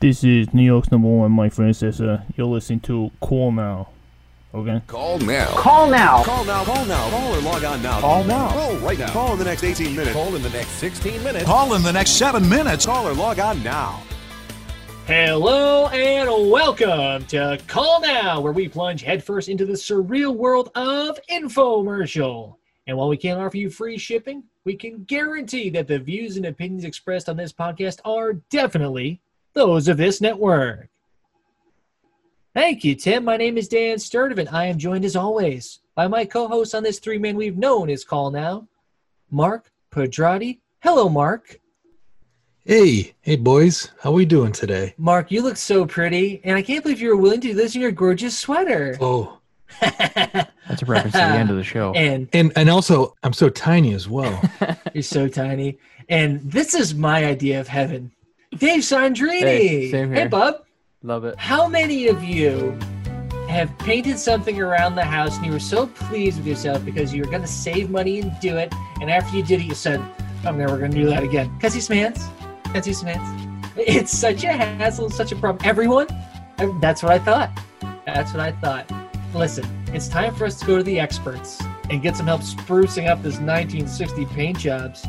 This is New York's number one, Mike Francesa. You're listening to Call Now. Okay? Call now. Call now. Call now, call now, call or log on now. Call now. Call right now. Call in the next 18 minutes. Call in the next 16 minutes. Call in the next seven minutes. Call or log on now. Hello and welcome to Call Now, where we plunge headfirst into the surreal world of infomercial. And while we can't offer you free shipping, we can guarantee that the views and opinions expressed on this podcast are definitely those of this network. Thank you, Tim. My name is Dan Sturdivant. I am joined, as always, by my co host on this three man we've known as Call Now, Mark Pedrati. Hello, Mark. Hey, hey, boys. How we doing today? Mark, you look so pretty, and I can't believe you were willing to do this in your gorgeous sweater. Oh, That's a reference to the end of the show. and and and also, I'm so tiny as well. you're so tiny. And this is my idea of heaven. Dave Sandrini. Hey, same here. Bub. Love it. How many of you have painted something around the house and you were so pleased with yourself because you were going to save money and do it, and after you did it, you said, "I'm never going to do that again." Cause he's mans. Cause he's mans. It's such a hassle, such a problem. Everyone. ev- That's what I thought. That's what I thought. Listen, it's time for us to go to the experts and get some help sprucing up this 1960 paint jobs.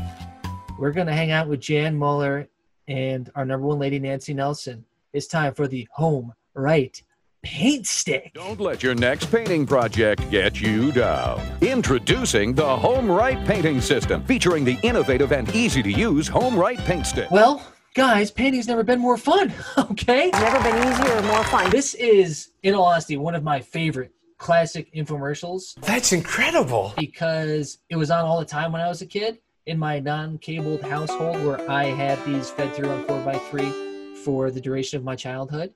We're going to hang out with Jan Muller and our number one lady, Nancy Nelson. It's time for the home right paint stick. Don't let your next painting project get you down. Introducing the Home Right Painting System, featuring the innovative and easy to use Home Right Paint Stick. Well, guys, painting's never been more fun, okay? Never been easier or more fun. This is, in all honesty, one of my favorite classic infomercials That's incredible. because it was on all the time when I was a kid in my non-cabled household where I had these fed through on 4x3 for the duration of my childhood.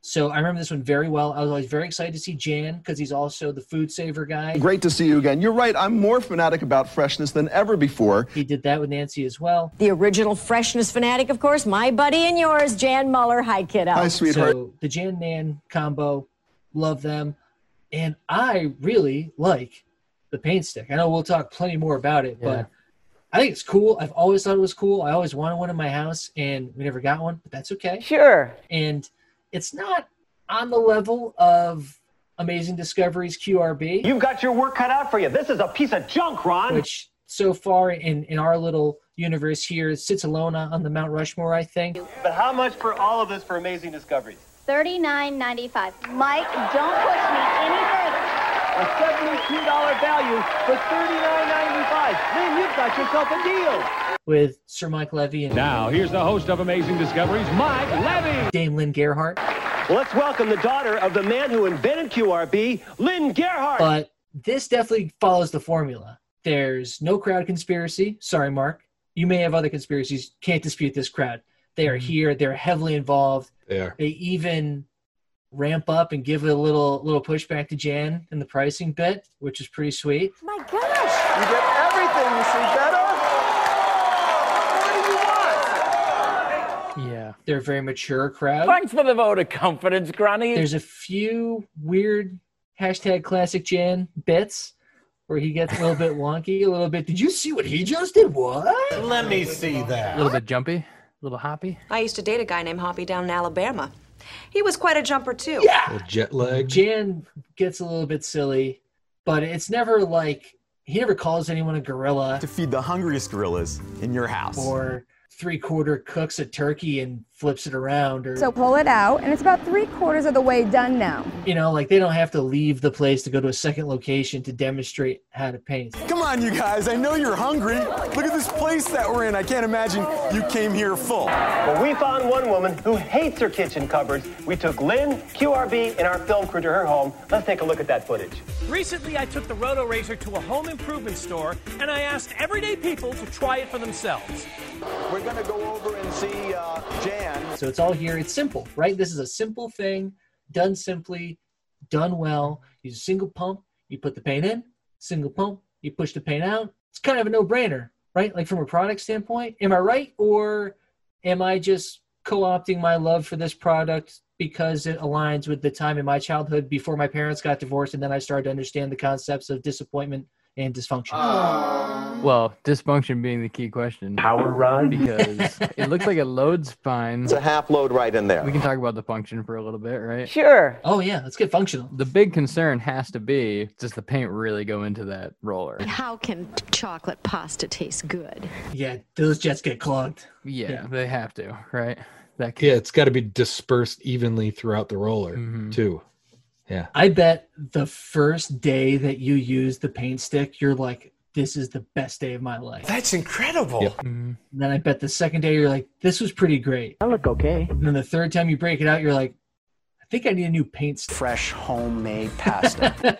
So I remember this one very well. I was always very excited to see Jan because he's also the food saver guy. Great to see you again. You're right, I'm more fanatic about freshness than ever before. He did that with Nancy as well. The original freshness fanatic, of course, my buddy and yours, Jan Muller. Hi, kiddo. Hi, sweetheart. So the Jan Nan combo, love them. And I really like the paint stick. I know we'll talk plenty more about it, Yeah. but I think it's cool. I've always thought it was cool. I always wanted one in my house and we never got one, but that's okay. Sure. And it's not on the level of Amazing Discoveries QRB, You've got your work cut out for you. This is a piece of junk, Ron. which so far in, in our little universe here sits alone on on the Mount Rushmore, I think. but how much for all of this for amazing discoveries? Thirty-nine ninety-five. Mike, don't push me any further. A seventy-two dollar value for thirty-nine ninety-five. Man, you've got yourself a deal. with Sir Mike Levy and Now here's the host of Amazing Discoveries, Mike Levy. Dame Lynn Gerhart. Let's welcome the daughter of the man who invented QRB, Lynn Gerhardt. But this definitely follows the formula. There's no crowd conspiracy. Sorry, Mark. You may have other conspiracies. Can't dispute this crowd. They are Mm-hmm. here. They're heavily involved. There. They even ramp up and give a little little pushback to Jan in the pricing bit, which is pretty sweet. My gosh. You get everything, you see, better? Yeah. They're a very mature crowd. Thanks for the vote of confidence, Granny. There's a few weird hashtag classic Jan bits where he gets a little bit wonky, a little bit. Did you see what he just did? What? Let me see A that. little bit jumpy, a little hoppy. I used to date a guy named Hoppy down in Alabama. He was quite a jumper, too. Little jet lag. Jan gets a little bit silly, but it's never like he never calls anyone a gorilla To feed the hungriest gorillas in your house. or three quarter cooks a turkey and flips it around or pull it out, and it's about three quarters of the way done now. you know like they don't have to leave the place to go to a second location to demonstrate how to paint. Come on, you guys. I know you're hungry. Look at this place that we're in. I can't imagine you came here full. Well, we found one woman who hates her kitchen cupboards. We took Lynn, QRB, and our film crew to her home. Let's take a look at that footage. Recently, I took the Roto Razor to a home improvement store and I asked everyday people to try it for themselves. We're going to go over and see uh, Jan. So it's all here. It's simple, right? This is a simple thing done simply, done well. Use a single pump, you put the paint in, single pump, you push the paint out. It's kind of a no brainer, right? Like from a product standpoint, am I right? Or am I just co opting my love for this product because it aligns with the time in my childhood before my parents got divorced and then I started to understand the concepts of disappointment and dysfunction. Well, dysfunction being the key question. Power run? Because it looks like a load spine. It's a half load right in there. We can talk about the function for a little bit, right? Sure. Oh, yeah. Let's get functional. The big concern has to be does the paint really go into that roller? How can chocolate pasta taste good? Yeah, those jets get clogged. Yeah, they have to, right? That yeah, it's got to be dispersed evenly throughout the roller too. Yeah. I bet the first day that you use the paint stick, you're like, this is the best day of my life. That's incredible. And then I bet the second day you're like, this was pretty great. I look okay. And then the third time you break it out, you're like, I think I need a new paint stick. Fresh homemade pasta.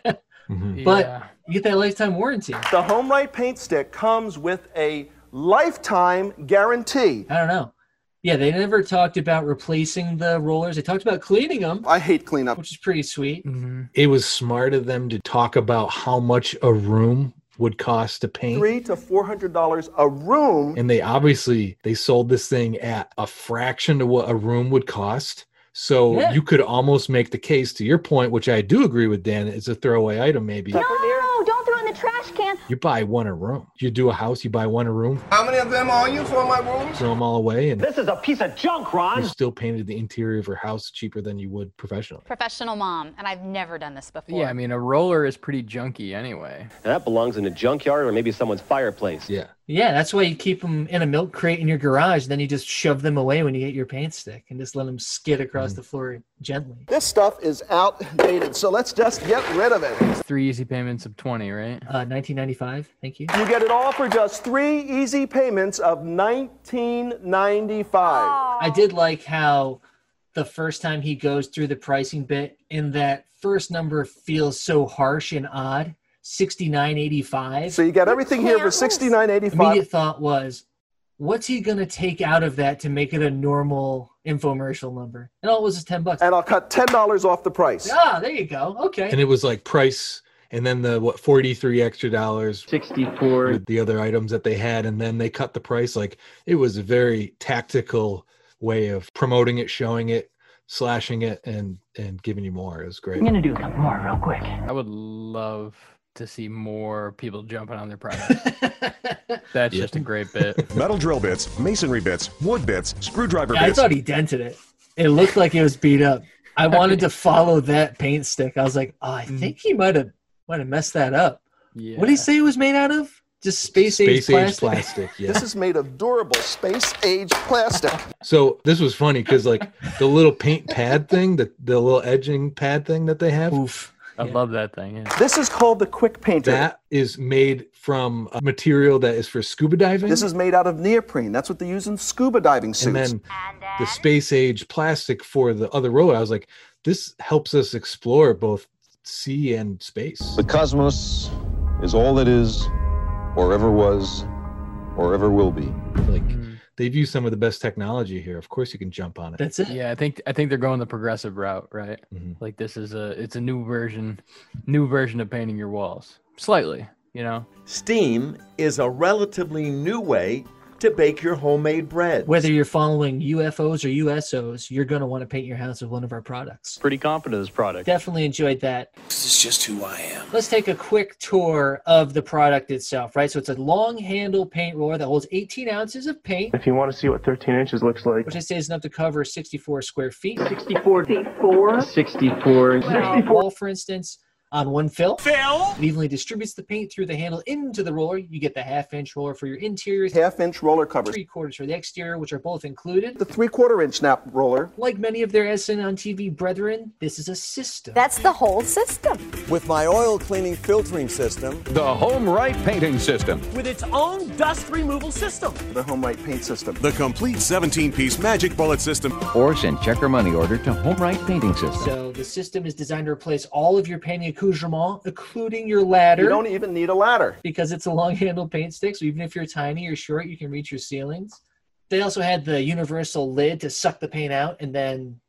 But you get that lifetime warranty. The Home Right paint stick comes with a lifetime guarantee. I don't know. Yeah, they never talked about replacing the rollers. They talked about cleaning them. I hate cleanup, which is pretty sweet. It was smart of them to talk about how much a room would cost to paint. Three to four hundred dollars a room. and they obviously they sold this thing at a fraction of what a room would cost so Yeah. you could almost make the case to your point which i do agree with dan it's a throwaway item maybe No, don't throw it in the trash can. you buy one a room you do a house you buy one a room How many of them are you for my room? throw them all away and This is a piece of junk, you Ron. still painted the interior of your house cheaper than you would professionally Professional mom, and I've never done this before. Yeah, I mean, a roller is pretty junky anyway. That belongs in a junkyard or maybe someone's fireplace. Yeah. Yeah, that's why you keep them in a milk crate in your garage. Then you just shove them away when you get your paint stick and just let them skid across the floor gently. This stuff is outdated, so let's just get rid of it. It's three easy payments of 20, right? Uh, 1995. Thank you. You get it all for just three easy payments of nineteen ninety five. I did like how the first time he goes through the pricing bit and that first number feels so harsh and odd 69.85. So you got everything here for sixty nine eighty Immediate five. thought was, what's he going to take out of that to make it a normal infomercial number? And all it was is 10 bucks. And I'll cut ten dollars off the price. Ah, there you go. Okay. and it was like price and then the what 43 extra dollars 64 with the other items that they had and then they cut the price like it was a very tactical way of promoting it showing it slashing it and and giving you more it was great do a couple more real quick. I would love to see more people jumping on their products. That's just a great bit. Metal drill bits, masonry bits, wood bits, screwdriver Yeah, I bits. thought he dented it. It looked like it was beat up. I wanted to follow that paint stick. I was like, oh, I Mm. think he might have might have messed that up. What did he say it was made out of? Just space age space age plastic. plastic yeah This is made of durable space age plastic. so this was funny because like the little paint pad thing the, the little edging pad thing that they have I love that thing. Yeah. This is called the quick painter. that is made from a material that is for scuba diving This is made out of neoprene. That's what they use in scuba diving suits. and then the space age plastic for the other roller. I was like, this helps us explore both sea and space. The cosmos is all that is, or ever was, or ever will be. Like they've used some of the best technology here. Of course, you can jump on it. That's it. Yeah, I think I think they're going the progressive route, right? Like this is a it's a new version, new version of painting your walls slightly. You know, Steam is a relatively new way to bake your homemade bread. Whether you're following UFOs or USOs, you're going to want to paint your house with one of our products. Pretty confident in this product. Definitely enjoyed that. This is just who I am. Let's take a quick tour of the product itself, right? So it's a long handle paint roller that holds 18 ounces of paint, If you want to see what 13 inches looks like, which I say is enough to cover 64 square feet. 64. 64. 64. Uh, wall, for instance, on one fill. Fill. It evenly distributes the paint through the handle into the roller. You get the half inch roller for your interiors, half inch roller covers. three quarters for the exterior, which are both included. The three quarter inch nap roller. Like many of their SN on TV brethren, this is a system. That's the whole system. With my oil cleaning filtering system, the Home Right painting system. With its own dust removal system. The home right paint system. The complete 17 piece magic bullet system. Or send check or money order to Home Right Painting System. So the system is designed to replace all of your painting accoutrements, including your ladder. You don't e- even need a ladder. because it's a long handled paint stick, so even if you're tiny or short, you can reach your ceilings. They also had the universal lid to suck the paint out and then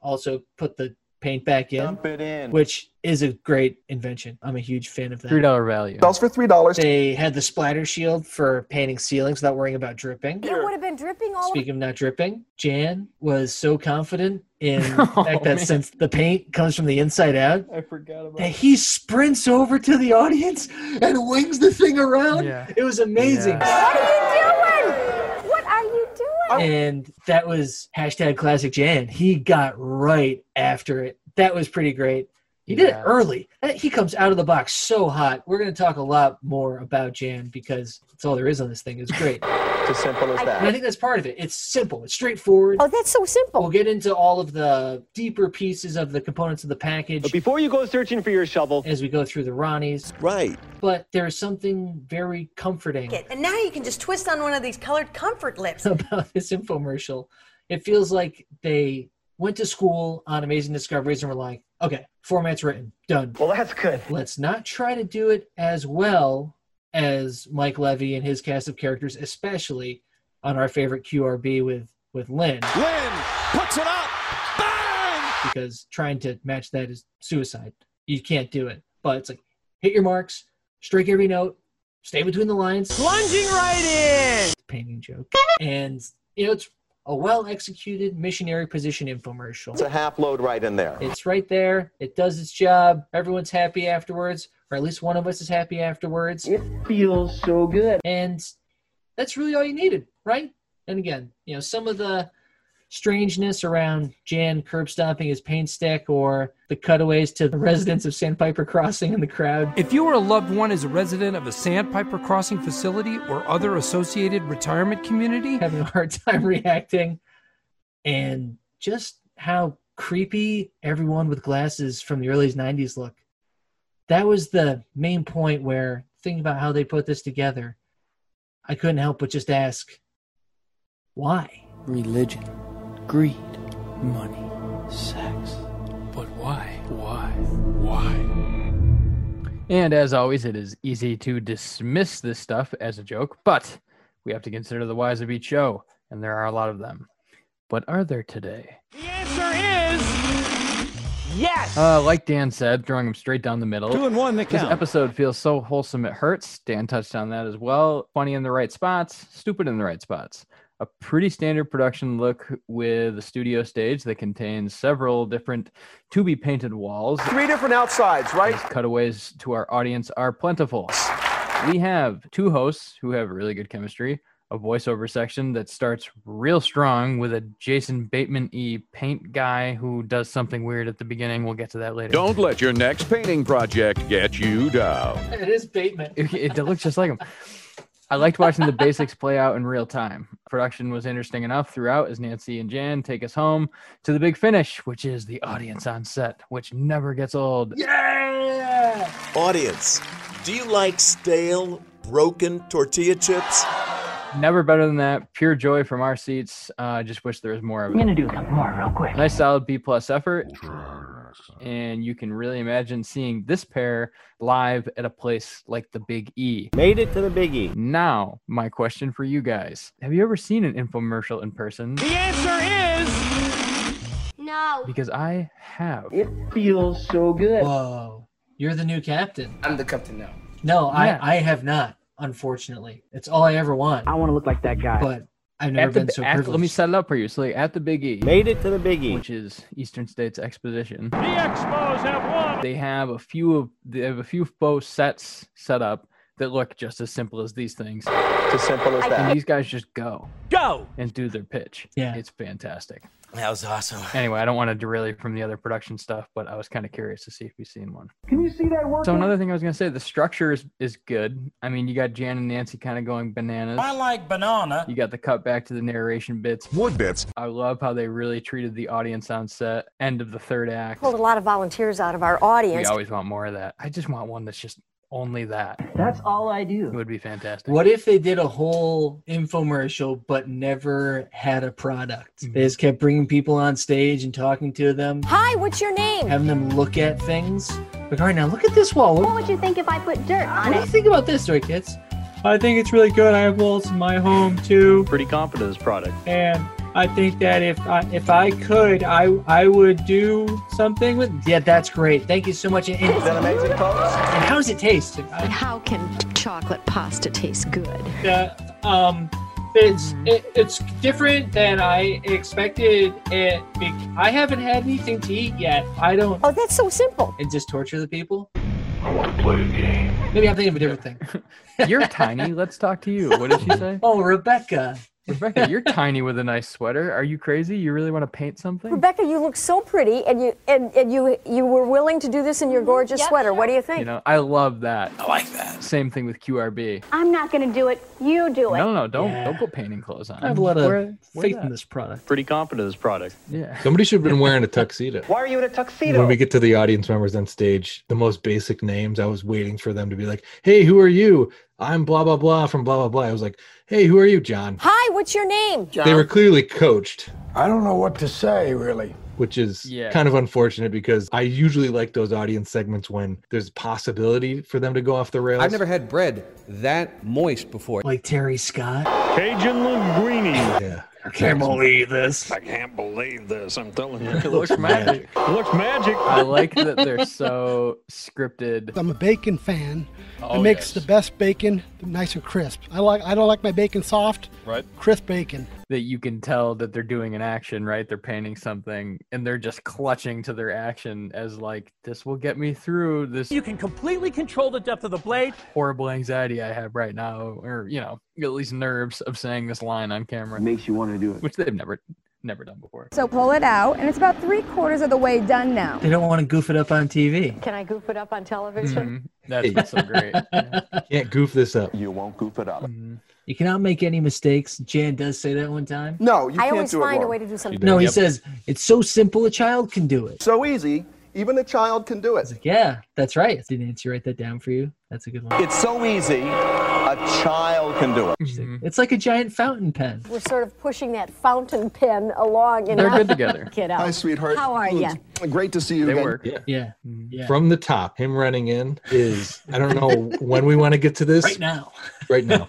also put the paint back in, which is a great invention. I'm a huge fan of that. Three dollar value. Sells for three dollars. They had the splatter shield for painting ceilings without worrying about dripping. It would have been dripping Oh, all Speaking of not dripping, Jan was so confident in the fact that Oh, man. since the paint comes from the inside out, I forgot about that he sprints over to the audience and wings the thing around. Yeah. It was amazing. What are you doing? What are you doing? And that was hashtag classic Jan. He got right after it. That was pretty great. He did Yeah. it early. Uh, He comes out of the box so hot. We're going to talk a lot more about Jan because that's all there is on this thing. It's great. It's as simple as And I think that's part of it. It's simple. It's straightforward. Oh, that's so simple. We'll get into all of the deeper pieces of the components of the package But before you go searching for your shovel, as we go through the Ronnies. Right. But there is something very comforting It. And now you can just twist on one of these colored comfort lips. about this infomercial. It feels like they went to school on Amazing Discoveries and were like, okay, format's written, done. Well, that's good. Let's not try to do it as well as Mike Levy and his cast of characters, especially on our favorite QRB with, with Lynn, Lynn puts it up. because trying to match that is suicide. You can't do it. But it's like, hit your marks, strike every note, stay between the lines. Plunging right in. painting joke. And you know, it's a well executed missionary position infomercial. It's a half load right in there. It's right there. It does its job. Everyone's happy afterwards, or at least one of us is happy afterwards. It feels so good. And that's really all you needed, right? And again, you know, some of the strangeness around Jan curb stomping his paint stick or the cutaways to the residents of Sandpiper Crossing in the crowd. If you or a loved one is a resident of a Sandpiper Crossing facility or other associated retirement community, having a hard time reacting and just how creepy everyone with glasses from the early 90s look that was the main point where thinking about how they put this together i couldn't help but just ask why Religion, greed, money, sex. But why? Why? Why? And as always, it is easy to dismiss this stuff as a joke, but we have to consider the whys of each show, and there are a lot of them. But are there today? Yes. Uh, like Dan said, throwing him straight down the middle. Two and one, they This count. episode feels so wholesome it hurts. Dan touched on that as well. Funny in the right spots, stupid in the right spots. A pretty standard production look with a studio stage that contains several different to be painted walls. Three different outsides, right? Cutaways to our audience are plentiful. We have two hosts who have really good chemistry, a voiceover section that starts real strong with a Jason Bateman E paint guy who does something weird at the beginning. We'll get to that later. Don't let your next painting project get you down. it is bateman it, it looks just like him. I liked watching the basics play out in real time. Production was interesting enough throughout as Nancy and Jan take us home to the big finish, which is the audience on set, which never gets old. yeah Audience, do you like stale, broken tortilla chips? Never better than that. Pure joy from our seats. Uh, I just wish there was more of it. I'm gonna do a couple more real quick. Nice solid B plus effort. And you can really imagine seeing this pair live at a place like the Big E. Made it to the Big E. Now, my question for you guys Have you ever seen an infomercial in person? The answer is no. Because I have. it feels so good whoa you're the new captain i'm the captain now no Yeah. i i have not unfortunately it's all i ever want i want to look like that guy but i've never At the been bi- so at- privileged let me set it up for you. So, like, at the Big E, made it to the Big E, which is Eastern States Exposition. Expos have won. They have a few of they have a few faux sets set up that look just as simple as these things. It's as simple as And that. these guys just go, go, and do their pitch. Yeah, it's fantastic. That was awesome. Anyway, I don't want to derail you from the other production stuff, but I was kind of curious to see if you've seen one. Can you see that work? So another thing I was gonna say, the structure is, is good. I mean, you got Jan and Nancy kind of going bananas. I like banana. You got the cut back to the narration bits. Wood bits. I love how they really treated the audience on set. End of the third act. Pulled a lot of volunteers out of our We audience. always want more of that. I just want one that's just only that. That's all I do. It would be fantastic. What if they did a whole infomercial but never had a product? Mm-hmm. They just kept bringing people on stage and talking to them, Hi, what's your name? having them look at things. Like, all right, now look at this wall. What, What would you think if I put dirt what on do you it? think about this, right, kids? I think it's really good. I have walls in my home too. Pretty confident of this product. And I think that if I, if I could, I I would do something with. Yeah, that's great. Thank you so much. And, and, Is that amazing, folks? And how does it taste? And how can chocolate pasta taste good? Uh, um, it's it, it's different than I expected. It. be- I haven't had anything to eat yet. I don't. Oh, that's so simple. And just torture the people. I want to play a game. Maybe I'm thinking of a different thing. You're tiny. Let's talk to you. What did she say? Oh, Rebecca. Rebecca, you're tiny with a nice sweater. Are you crazy? You really want to paint something? Rebecca, you look so pretty, and you and, and you you were willing to do this in your gorgeous sweater. What do you think? You know, I love that. I like that. Same thing with QRB. I'm not going to do it. You do it. No, no, no, don't don't put painting clothes on. I have a lot of Wear- wear faith that. in this product. Pretty confident of this product. Yeah. Somebody should have been wearing a tuxedo. Why are you in a When tuxedo? we get to the audience members on stage, the most basic names, I was waiting for them to be like, hey, who are you? I'm blah, blah, blah from blah, blah, blah. I was like, hey, who are you, John? Hi, what's your name? They were clearly coached, I don't know what to say, really. which is Yeah. kind of unfortunate because I usually like those audience segments when there's possibility for them to go off the rails. I've never had bread that moist before. Like Terry Scott. Cajun linguine. Yeah. I can't believe this. I can't believe this. I'm telling you. It looks magic. looks magic. I like that they're so scripted. I'm a bacon fan. Oh, it makes yes. the best bacon nice and crisp. I like I don't like my bacon soft. Right. Crisp bacon. that you can tell that they're doing an action, right? They're painting something and they're just clutching to their action as like this will get me through this You can completely control the depth of the blade. horrible anxiety I have right now or you know, at least nerves of saying this line on camera, Makes you want to do it. which they've never never done before. So pull it out, and it's about three quarters of the way done now. They don't want to goof it up on TV. Can I goof it up on television? Mhm. That's what's so great. Yeah. Can't goof this up. You won't goof it up. You cannot make any mistakes. Jan does say that one time. No, you I can't always do it find a wrong. way to do something. No, he Yep. says it's so simple a child can do it. So easy, even a child can do it. Yeah, that's right. Did Nancy write that down for you? That's a good one. It's so easy, a child can do it. Mhm. Mm-hmm. It's like a giant fountain pen. We're sort of pushing that fountain pen along. And They're not- good together. Get out. Hi, sweetheart. How are Well, you? it's Great to see you. They again. work. Yeah. Yeah, yeah. From the top, him running in is, I don't know when we want to get to this right now. right now.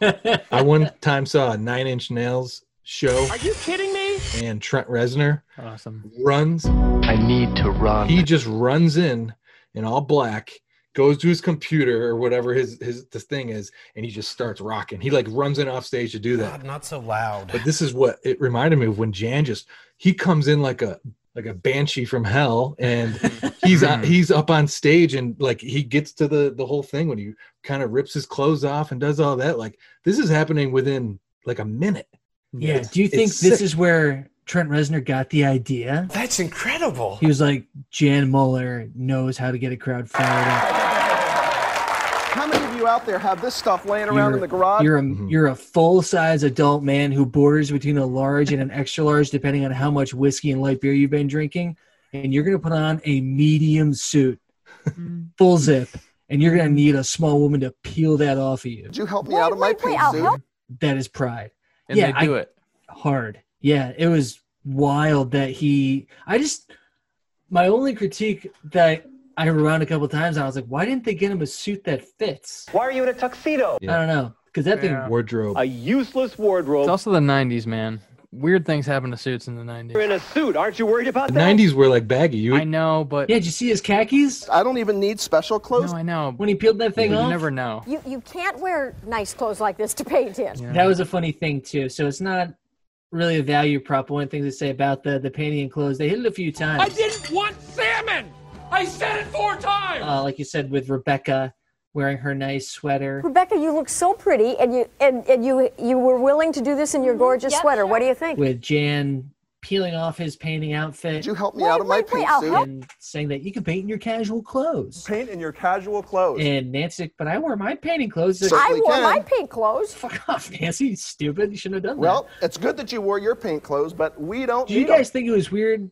I one time saw a Nine Inch Nails show Are you kidding me? and Trent Reznor Awesome. runs. I need to run. He just runs in in all black, goes to his computer or whatever his his this thing is, and he just starts rocking. He like runs in off stage to do that. not so loud. But this is what it reminded me of when Jan just he comes in like a like a banshee from hell and he's on, he's up on stage and like he gets to the the whole thing when he kind of rips his clothes off and does all that like this is happening within like a minute Yeah. It's- Do you think it's this sick. is where Trent Reznor got the idea? That's incredible. He was like, Jan Muller knows how to get a crowd fired up. How many of you out there have this stuff laying around You're, in the garage? you're a you're a full size adult man who borders between a large and an extra large, depending on how much whiskey and light beer you've been drinking, and you're gonna put on a medium suit, full zip, and you're gonna need a small woman to peel that off of you. Would you help me Wait, out of my wait, wait, pink I'll suit? help. That is pride. And Yeah, they do it. hard. Yeah, it was wild that he. I just my only critique that I heard around a couple times. I was like, why didn't they get him a suit that fits? Why are you in a tuxedo? Yeah. I don't know because that Yeah. thing. wardrobe A useless It's wardrobe. also the 90s, man. Weird things happen to suits in the 90s. You're in a suit. Aren't you worried about the that? 90s were like baggy you I know, but Yeah, did you see his khakis I don't even need special clothes. no, I know. when he peeled that but thing you off? never know. You you can't wear nice clothes like this to paint in. Yeah. That was a funny thing too. So it's not really a value prop. One thing to say about the the painting and clothes, they hit it a few times. I didn't want salmon! I said it four times! uh, like you said with Rebecca wearing her nice sweater. Rebecca, you look so pretty, and you and, and you you were willing to do this in Mm-hmm. your gorgeous Yep, sweater. What do you think? with Jan peeling off his painting outfit Would you help me Wait, out of my wait, wait, pink I'll suit? help. and saying that you can paint in your casual clothes. Paint in your casual clothes. And Nancy, but I wear my painting clothes. It's Like, I Certainly wore can. my pink clothes. Fuck off, Nancy. You stupid. You shouldn't have done Well, it's good that you wore your pink clothes, but we that. don't Do you need 'em. guys think it was weird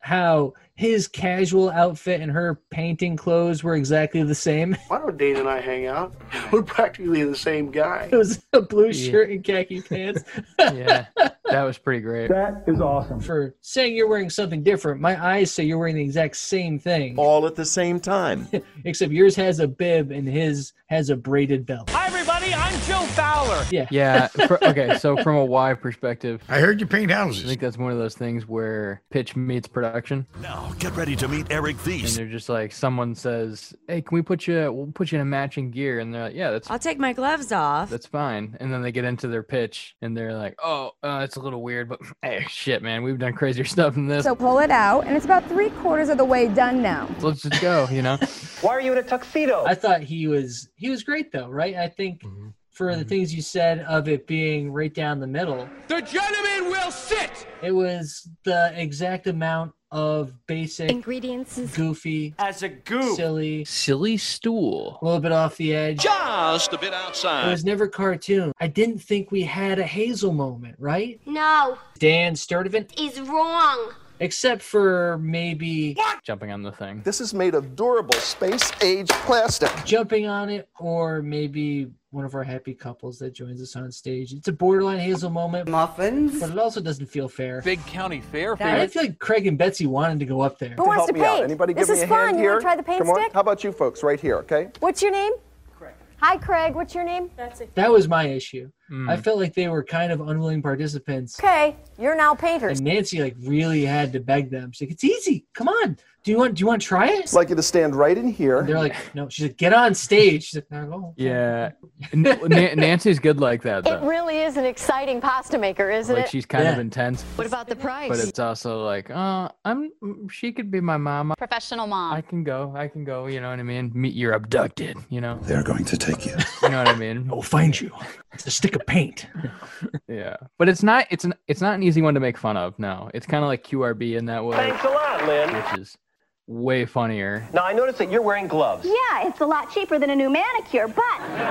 how his casual outfit and her painting clothes were exactly the same? Why don't Dane and I hang out? We're practically the same guy. It was a blue shirt and khaki pants. yeah, that was pretty great. That is awesome. For saying you're wearing something different, my eyes say you're wearing the exact same thing, All at the same time. except yours has a bib and his has a braided belt. Hi, everybody. everybody. I'm Joe Fowler. Yeah. fr- okay. So from a why perspective, I heard you paint houses. I think that's one of those things where pitch meets production. Now, get ready to meet Eric And Thies. they're just like, someone says, "Hey, can we put you? We'll put you in a matching gear." And they're like, "Yeah, that's I'll take my gloves off. that's fine." And then they get into their pitch, and they're like, "Oh, uh, it's a little weird, but hey, shit, man, we've done crazier stuff than this. So pull it out, and it's about three quarters of the way done now. Let's just go." You know? Why are you in a tuxedo? I thought he was he was great though, right? I think for the things you said of it being right down the middle, The gentleman will sit. it was the exact amount of basic ingredients, goofy, as a goof, silly, silly stool, a little bit off the edge. Just a bit It outside. was never cartoon. I didn't think we had a Hazel moment, right? No, Dan Sturdivant, is wrong. except for maybe jumping on the thing. This is made of durable space age plastic. jumping on it, or maybe one of our happy couples that joins us on stage. It's a borderline Hazel moment. Muffins. But it also doesn't feel fair. Big county fair. I feel like Craig and Betsy wanted to go up there. Who wants Help to me out. paint? Anybody This give is me a fun. hand You here? wanna try the paint Come on. stick? How about you folks right here, okay? What's your name? Hi, Craig. What's your name? Betsy. That was my issue. Mm. I felt like they were kind of unwilling participants. Okay, you're now painters. And Nancy like really had to beg them. She's like, "It's easy. Come on. Do you want? Do you want to try it?" I'd like you to stand right in here. They're like, "No." She's like, "Get on stage." She's like, "No." Yeah, N- Nan- Nancy's good like that It though. really is an exciting pasta maker, isn't Like it? she's kind of intense, What about the price? but it's also like, uh, I'm. She could be my mama. Professional mom. I can go. I can go. You know what I mean? Meet you're abducted. You know. They're going to take you. You know what I mean? We'll find you. It's a stick of paint. Yeah, but it's not. It's an. It's not an easy one to make fun of. No, it's kind of like QRB in that way. Thanks a lot, Lynn. Which is way funnier. Now I noticed that you're wearing gloves. Yeah, it's a lot cheaper than a new manicure, but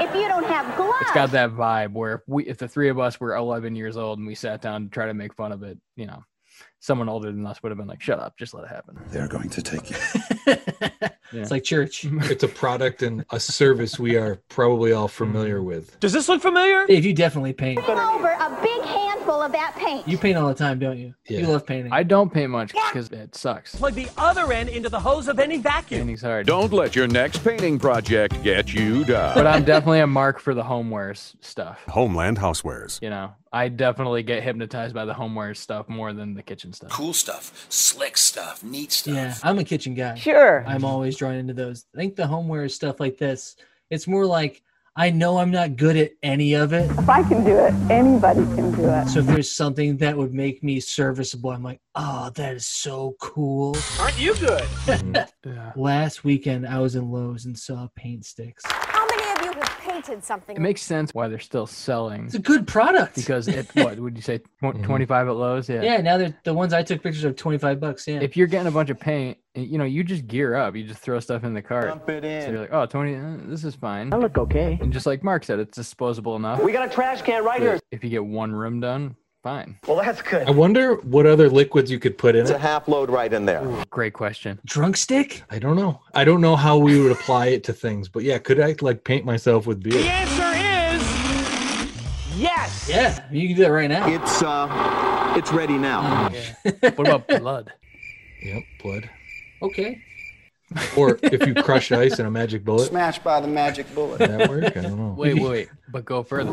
if you don't have gloves, It's got that vibe where if we, if the three of us were 11 years old and we sat down to try to make fun of it, you know, someone older than us would have been like, "Shut up, just let it happen." They're going to take you. It's like church. Mm-hmm. It's a product and a service we are probably all familiar with. Does this look familiar? Dave, you definitely paint. Take over a big handful of that paint. You paint all the time, don't you? You love painting. I don't paint much because it sucks. Plug the other end into the hose of any vacuum. Painting's hard. Don't let your next painting project get you down. But I'm definitely a mark for the homewares stuff. Homeland Housewares. You know, I definitely get hypnotized by the homewares stuff more than the kitchen stuff. Cool stuff, slick stuff, neat stuff. Yeah, I'm a kitchen guy. Sure. I'm always drawn into those. I think the homeware is stuff like this. It's more like I know I'm not good at any of it. If I can do it, anybody can do it. So if there's something that would make me serviceable, I'm like, oh, that is so cool. Aren't you good? Last weekend, I was in Lowe's and saw paint sticks. How many of you have painted something? It makes sense why they're still selling It's a good product. because it. What would you say? tw- 25 at Lowe's. Yeah. yeah, now they're, the ones I took pictures of, 25 bucks. Yeah. If you're getting a bunch of paint, y- you know, you just gear up. You just throw stuff in the cart. So you're like, oh, 20, uh, this is fine. I look okay. And just like Mark said, it's disposable enough. We got a trash can right here. that If you get one room done, fine. Well, that's good. I wonder what other liquids you could put in It's a it. half load right in there. Great question. Drunk stick? I don't know. I don't know how we would apply it to things, but yeah, could I like paint myself with The beer? answer is yes. Yeah, you can do that right now. It's uh, it's ready now. What about blood? Yep, blood. Okay. Or if you crush ice in a magic bullet, Smashed by the magic would bullet. that work? I don't know. Wait, wait, wait. But go further.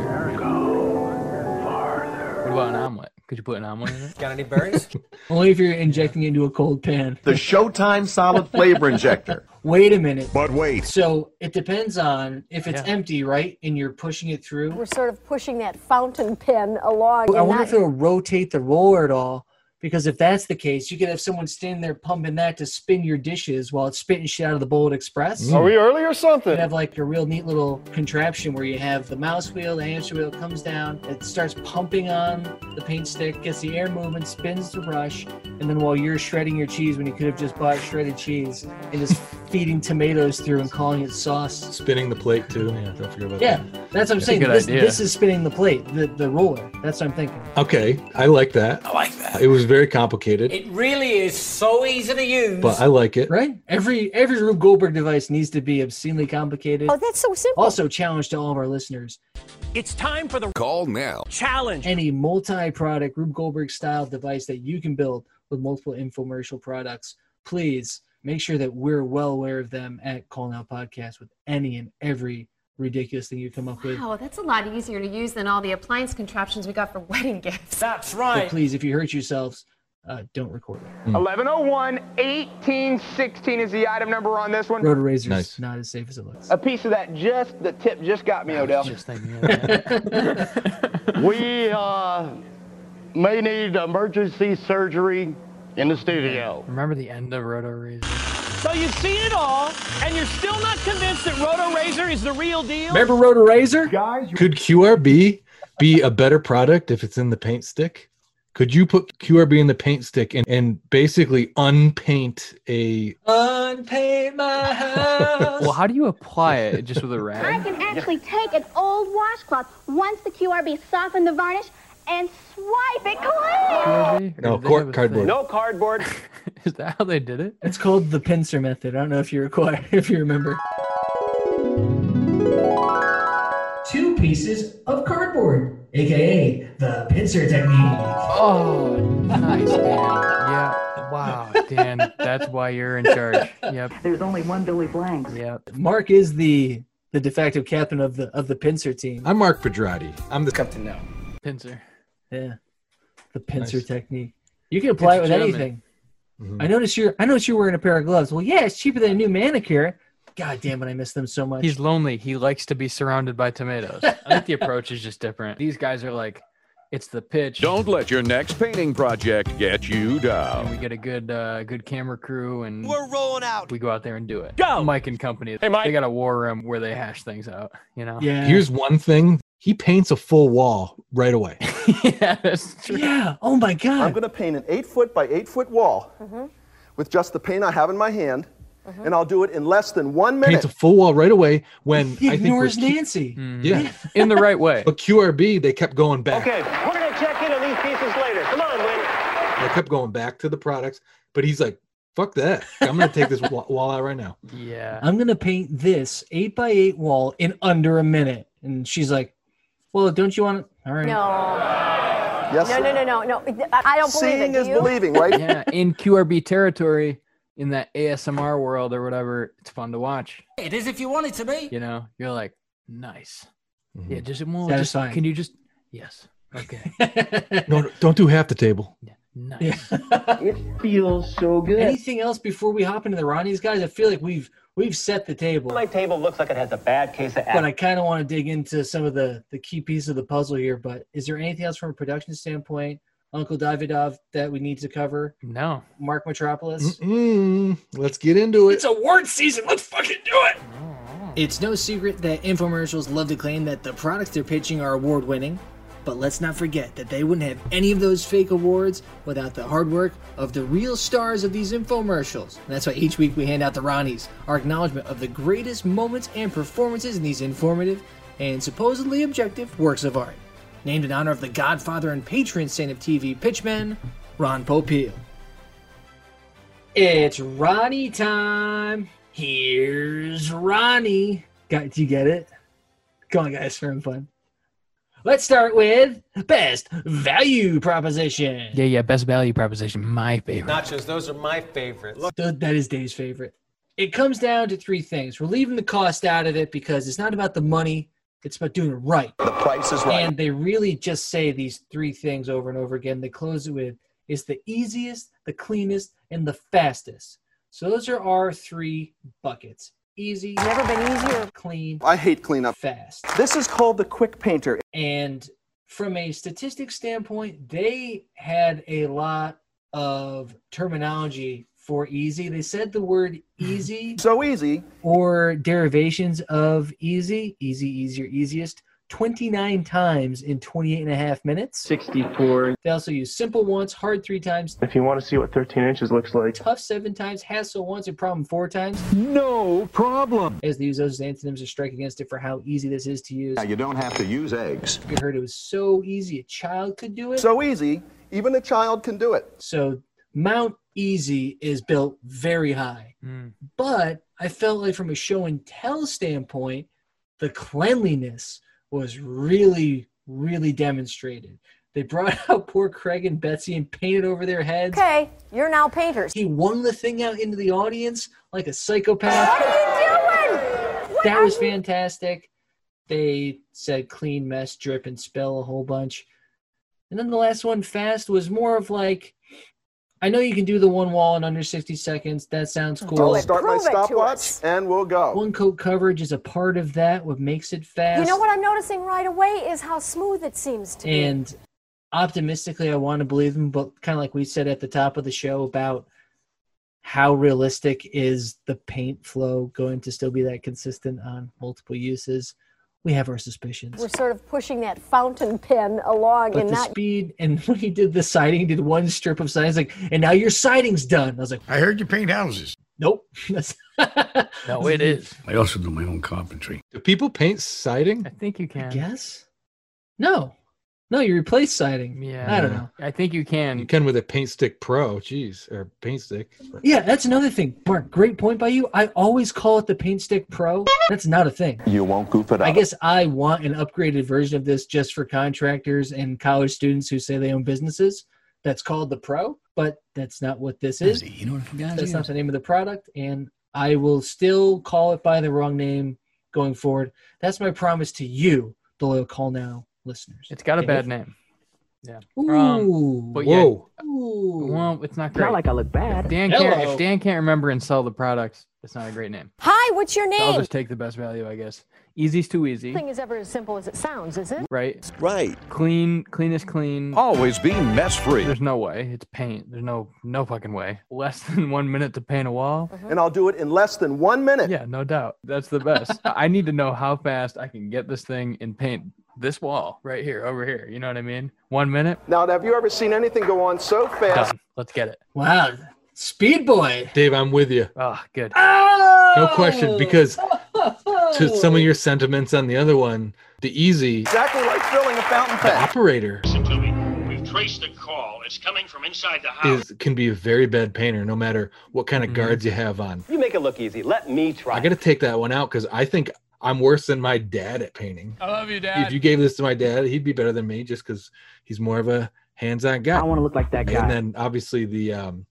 What about an omelet? Could you put an omelet in it? Got any berries? Only if you're injecting it into a cold pan. The Showtime Solid Flavor Injector. Wait a minute. But wait, So it depends on if it's empty, right? And you're pushing it through. We're sort of pushing that fountain pen along. I and wonder not- if it'll rotate the roller at all. Because if that's the case, you could have someone standing there pumping that to spin your dishes while it's spitting shit out of the Bullet Express. Are we early or You something? have like a real neat little contraption where you have the mouse wheel, the hamster wheel comes down, it starts pumping on the paint stick, gets the air moving, spins the brush, and then while you're shredding your cheese when you could have just bought shredded cheese and just feeding tomatoes through and calling it sauce. Spinning the plate too. Yeah, don't forget about Yeah, that. that's what I'm That's a saying. good This, idea. this is spinning the plate, the, the roller. That's what I'm thinking. Okay, I like that. I like that. It was very complicated, It really is so easy to use. but I like it. Right? Every every Rube Goldberg device needs to be obscenely complicated. Oh, that's so simple. also, challenge to all of our listeners: It's time for the call now. challenge. any multi-product Rube Goldberg style device that you can build with multiple infomercial products, please make sure that we're well aware of them at Call Now Podcast with any and every ridiculous thing you come up with. Wow, Oh, that's a lot easier to use than all the appliance contraptions we got for wedding gifts. That's But please, if you hurt yourselves, uh, don't record it. 1101, 1816 is the item number on this one. Rotor razors not as safe as it looks. A piece of that just, the tip just got me, Odell. We uh, may need emergency surgery in the studio. Remember the end of Roto Razor? So you've seen it all, and you're still not convinced that Roto Razor is the real deal? Remember Roto Razor? Guys, Could QRB be a better product if it's in the paint stick? Could you put QRB in the paint stick and, and basically unpaint a Unpaid my house. Well, how do you apply it? Just with a rag? I can actually take an old washcloth once the QRB softened the varnish and swipe it clean. No, cor- cardboard. oh, No cardboard. Is that how they did it? It's called the pincer method. I don't know if you require, if you remember. Two pieces of cardboard, aka the pincer technique. Oh, nice, Dan. Yeah. Wow, Dan. That's why you're in charge. Yep. There's only one Billy Blanks. Yep. Mark is the the de facto captain of the of the pincer team. I'm Mark Pedrati. I'm the captain now. Pincer. Yeah. The pincer technique. You can apply it with It's German. anything. I noticed you're I noticed you're wearing a pair of gloves. Well, yeah, it's cheaper than a new manicure. God damn it, I miss them so much. He's lonely. He likes to be surrounded by tomatoes. I think the approach is just different. These guys are like, it's the pitch. Don't let your next painting project get you down. We get a good, uh, good camera crew, and We're rolling out. We go out there and do it. Go! Mike and company. Hey, Mike. They got a war room where they hash things out. You know. Here's one thing. He paints a full wall right away. Yeah. Oh my God. I'm going to paint an eight foot by eight foot wall with just the paint I have in my hand, and I'll do it in less than one minute. paints a full wall right away when He I think we're ignores Q- Nancy. Yeah. In the right way. But QRB, they kept going back. Okay, we're going to check in on these pieces later. Come on, Win. They kept going back to the products, but he's like, fuck that. I'm going to take this wa- wall out right now. Yeah. I'm gonna paint this eight by eight wall in under a minute. And she's like, Well, don't you want it? All right. No. Yes, No, sir. no, no, no, no. I I don't believe it. Seeing Do is you? believing, right? yeah, in QRB territory, in that ASMR world or whatever, it's fun to watch. It is if you want it to be. You know, you're like, nice. Yeah, just, well, just Satisfying. can you just, yes, okay, No, no, don't do half the table. nice. it feels so good. Anything else before we hop into the Ronnie's guys? I feel like we've we've set the table. My table looks like it has a bad case of But I acne. kind of want to dig into some of the the key pieces of the puzzle here. But is there anything else from a production standpoint, Uncle Davidov, that we need to cover? No. Mark Metropolis. Mm, let's get into it. It's award season. Let's fucking do it. It's no secret that infomercials love to claim that the products they're pitching are award winning, but let's not forget that they wouldn't have any of those fake awards without the hard work of the real stars of these infomercials. And that's why each week we hand out the Ronnies, our acknowledgement of the greatest moments and performances in these informative and supposedly objective works of art. Named in honor of the godfather and patron saint of TV pitchmen, Ron Popeil. It's Ronnie time. Here's Ronnie. Got, do you get it? Come on, guys, for fun. Let's start with best value proposition. Yeah, yeah, best value proposition, my favorite. Nachos, those are my favorites. Th- That is Dave's favorite. It comes down to three things. We're leaving the cost out of it because it's not about the money, it's about doing it right. The price is right. And they really just say these three things over and over again. They close it with it's the easiest, the cleanest, and the fastest. So those are our three buckets. Easy. Never been easier. Clean. I hate cleanup. Fast. This is called the quick painter. And from a statistics standpoint, they had a lot of terminology for easy. They said the word easy. So easy. Or derivations of easy, easy, easier, easiest. 29 times in 28 and a half minutes. 64. They also use simple once, hard three times, If you want to see what 13 inches looks like, tough seven times, hassle once, and problem four times. No problem. As they use those as antonyms to strike against it for how easy this is to use. You don't have to use eggs. You heard it was so easy a child could do it. So easy, even a child can do it. So Mount Easy is built very high. But I felt like from a show and tell standpoint, the cleanliness was really, really demonstrated. They brought out poor Craig and Betsy and painted over their heads. Okay, you're now painters. He won the thing out into the audience like a psychopath. What are you doing? What that are was you- fantastic. They said clean, mess, drip, and spill a whole bunch. And then the last one, fast, was more of like, I know you can do the one wall in under 60 seconds. That sounds Mm. cool. I'll start my stopwatch and we'll go. One coat coverage is a part of that. What makes it fast? You know what I'm noticing right away is how smooth it seems to be. And optimistically, I want to believe them, but kind of like we said at the top of the show about how realistic is the paint flow going to still be that consistent on multiple uses? We have our suspicions. We're sort of pushing that fountain pen along But and the not. speed and when he did the siding, he did one strip of siding, he's like, and now your siding's done. I was like, I heard you paint houses. Nope. That's- No, it is. I also do my own carpentry. Do people paint siding? I think you can. Yes. No. No, you replace siding. Yeah. I don't know. I think you can. You can with a Paint Stick Pro, jeez, or Paint Stick. Yeah, that's another thing. Mark, great point by you. I always call it the Paint Stick Pro. That's not a thing. You won't goof it I guess I want an upgraded version of this just for contractors and college students who say they own businesses. That's called the Pro, but that's not what this is. You know what I forgot? That's not the name of the product, and I will still call it by the wrong name going forward. That's my promise to you, the loyal call now listeners. It's got a Dave? bad name. Yeah. Ooh. but yeah, Whoa. well, it's not great. like I look bad. If Dan, can't, Hello. if Dan can't remember and sell the products, it's not a great name. Hi, what's your So I'll name? just take the best value, I guess. Easy's too easy, Nothing is ever as simple as it sounds, is it? right? Right. Clean, clean is clean. Always be mess free. There's no way. It's paint. There's no no fucking way. Less than one minute to paint a wall. And I'll do it in less than one minute. Yeah, no doubt. That's the best. I I need to know how fast I can get this thing and paint this wall right here, over here. You know what I mean? One minute, Now, have you ever seen anything go on so fast? done. Let's get it. Wow. Speed Boy. Dave, I'm with you. Oh, good. No Oh, question, because to some of your sentiments on the other one, the easy Exactly like filling a fountain the pen. operator Listen to me. We've traced the call. It's coming from inside the house. is can be a very bad painter, no matter what kind of guards you have on. You make it look easy. Let me try. I gotta take that one out because I think I'm worse than my dad at painting. I love you, If you gave this to my dad, he'd be better than me just because he's more of a hands-on guy. I want to look like that guy. And then obviously the um,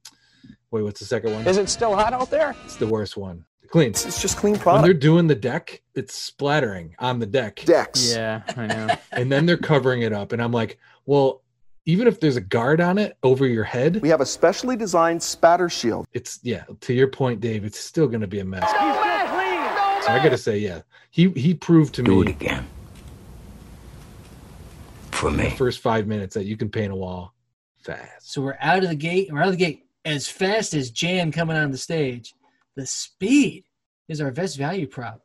wait, what's the second one? it still hot out there? It's the worst one. Clean. It's just clean When they're product. doing the deck, it's splattering on the deck. Decks. Yeah, I know. And then they're covering it up, and I'm like, well, even if there's a guard on it over your head, We have a specially designed spatter shield. it's yeah. To your point, Dave, it's still gonna be a mess. No So I gotta say, yeah, he he proved to me again. for me the first five minutes that you can paint a wall fast. So we're out of the gate. We're out of the gate as fast as Jan coming on the stage. The speed is our best value prop.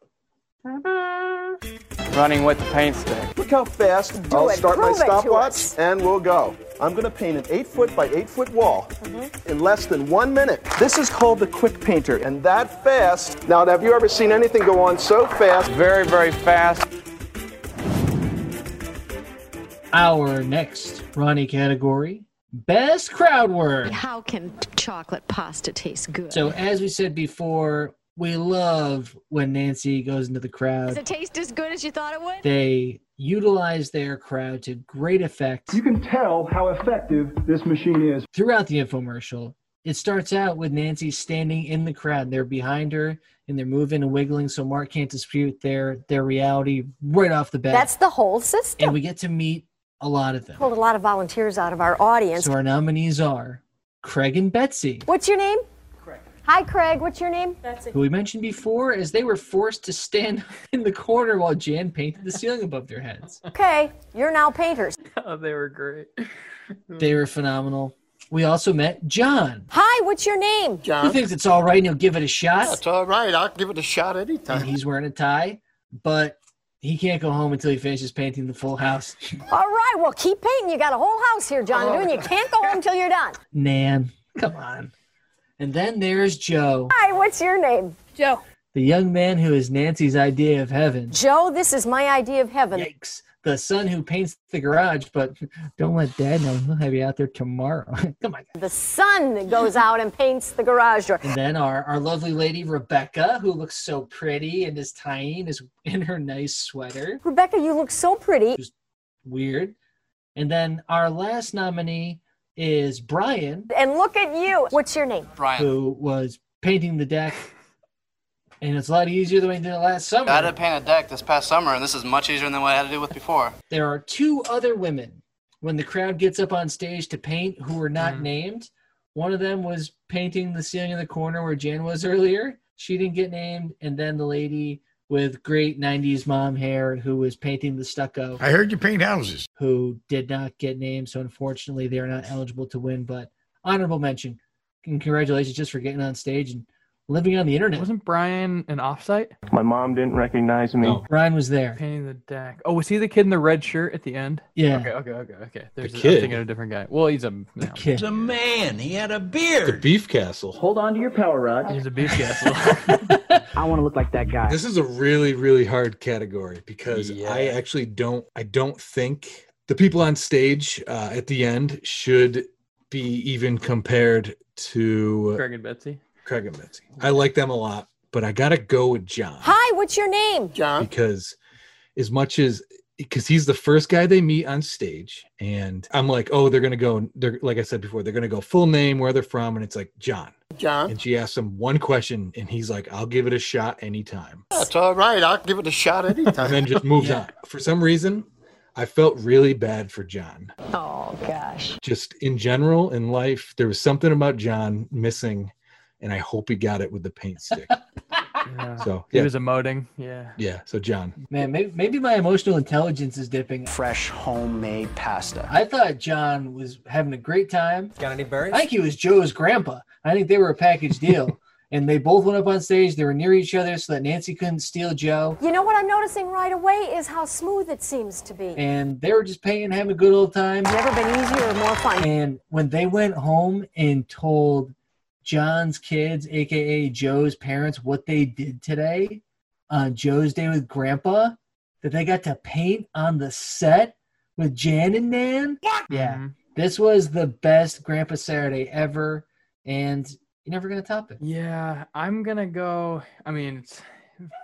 Running with the paint stick. Look how fast. I'll it. start my Prove it to stopwatch us. and we'll go. I'm going to paint an eight foot by eight foot wall Mm-hmm. in less than one minute. This is called the quick painter, and that fast. Now, have you ever seen anything go on so fast? Very, very fast. Our next Ronnie category best crowd work. How can chocolate pasta taste good? So as we said before, we love when Nancy goes into the Does crowd. it taste as good as you thought it would? They utilize their crowd to great effect. You can tell how effective this machine is. Throughout the infomercial, it starts out with Nancy standing in the crowd. They're behind her and they're moving and wiggling, so Mark can't dispute their their reality right off the bat. That's the whole system. and we get to meet a lot of them. Pulled a lot of volunteers out of our audience. So our nominees are Craig and Betsy. What's your name? Craig. Hi, Craig. What's your name? That's who we mentioned before, as they were forced to stand in the corner while Jan painted the ceiling above their heads. Okay, you're now painters. Oh, they were great. They were phenomenal. We also met John. Hi, what's your name? He thinks it's all right and he'll give it a shot. That's all right. I'll give it a shot anytime. And he's wearing a tie, but he can't go home until he finishes painting the full house. All right, well, keep painting. You got a whole house here, John, to do, and you can't go home till you're done. Nan, come on. And then there's Joe, Hi, what's your name? Joe. the young man who is Nancy's idea of heaven. Joe, this is my idea of heaven. Yikes. The son who paints the garage, but don't let dad know. He'll have you out there tomorrow. Come on. The sun that goes out and paints the garage door. And then our, our lovely lady Rebecca, who looks so pretty and is tiny and is in her nice sweater. Rebecca, you look so pretty. Weird. And then our last nominee is Brian, And look at you. What's your name? who was painting the deck and it's a lot easier than we did it last summer. I had to paint a deck this past summer, and this is much easier than what I had to do with before. There are two other women when the crowd gets up on stage to paint who were not named. One of them was painting the ceiling in the corner where Jan was earlier. She didn't get named, and then the lady with great '90s mom hair who was painting the stucco. I heard you paint houses. Who did not get named, so unfortunately they are not eligible to win. But honorable mention, and congratulations just for getting on stage and living on the internet. Wasn't Brian an offsite? My mom didn't recognize me. Brian was there. Painting the deck. Oh, was he the kid in the red shirt at the end? Yeah. Okay, okay, okay, okay. There's a, I'm kid. thinking of a different guy. Well, he's a you know, kid. He's a man. He had a beard. The beef castle. Hold on to your power rod. He's a beef castle. I want to look like that guy. This is a really, really hard category because I actually don't. I don't think the people on stage uh, at the end should be even compared to Craig and Betsy. Craig and Betsy. I like them a lot, but I gotta go with John Hi, what's your name? John. because as much as because he's the first guy they meet on stage and i'm like oh they're gonna go they're like i said before they're gonna go full name where they're from and it's like john John. and she asks him one question and he's like i'll give it a shot anytime That's all right. I'll give it a shot anytime. and then just moves on for some reason i felt really bad for john Oh, gosh. just in general in life there was something about john missing and i hope he got it with the paint stick so He yeah was emoting. Yeah. yeah so john Man, maybe, maybe my emotional intelligence is dipping. Fresh homemade pasta. I thought John was having a great time. Got any birds? I think he was Joe's grandpa. I think they were a package deal. and they both went up on stage. They were near each other so that Nancy couldn't steal Joe. You know what I'm noticing right away is how smooth it seems to be. And they were just paying, having a good old time. Never been easier or more fun. And when they went home and told John's kids, aka Joe's parents, what they did today on Joe's day with Grandpa, that they got to paint on the set with Jan and Nan. Mm-hmm. Yeah, this was the best Grandpa Saturday ever, and you're never gonna top it. Yeah, I'm gonna go. I mean, it's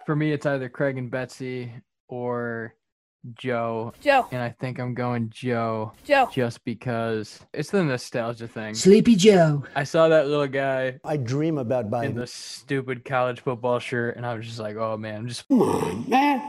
for me, it's either Craig and Betsy or Joe. Joe. And I think I'm going Joe. Joe. Just because it's the nostalgia thing. Sleepy Joe. I saw that little guy I dream about in buying the stupid college football shirt, and I was just like, oh man, I'm just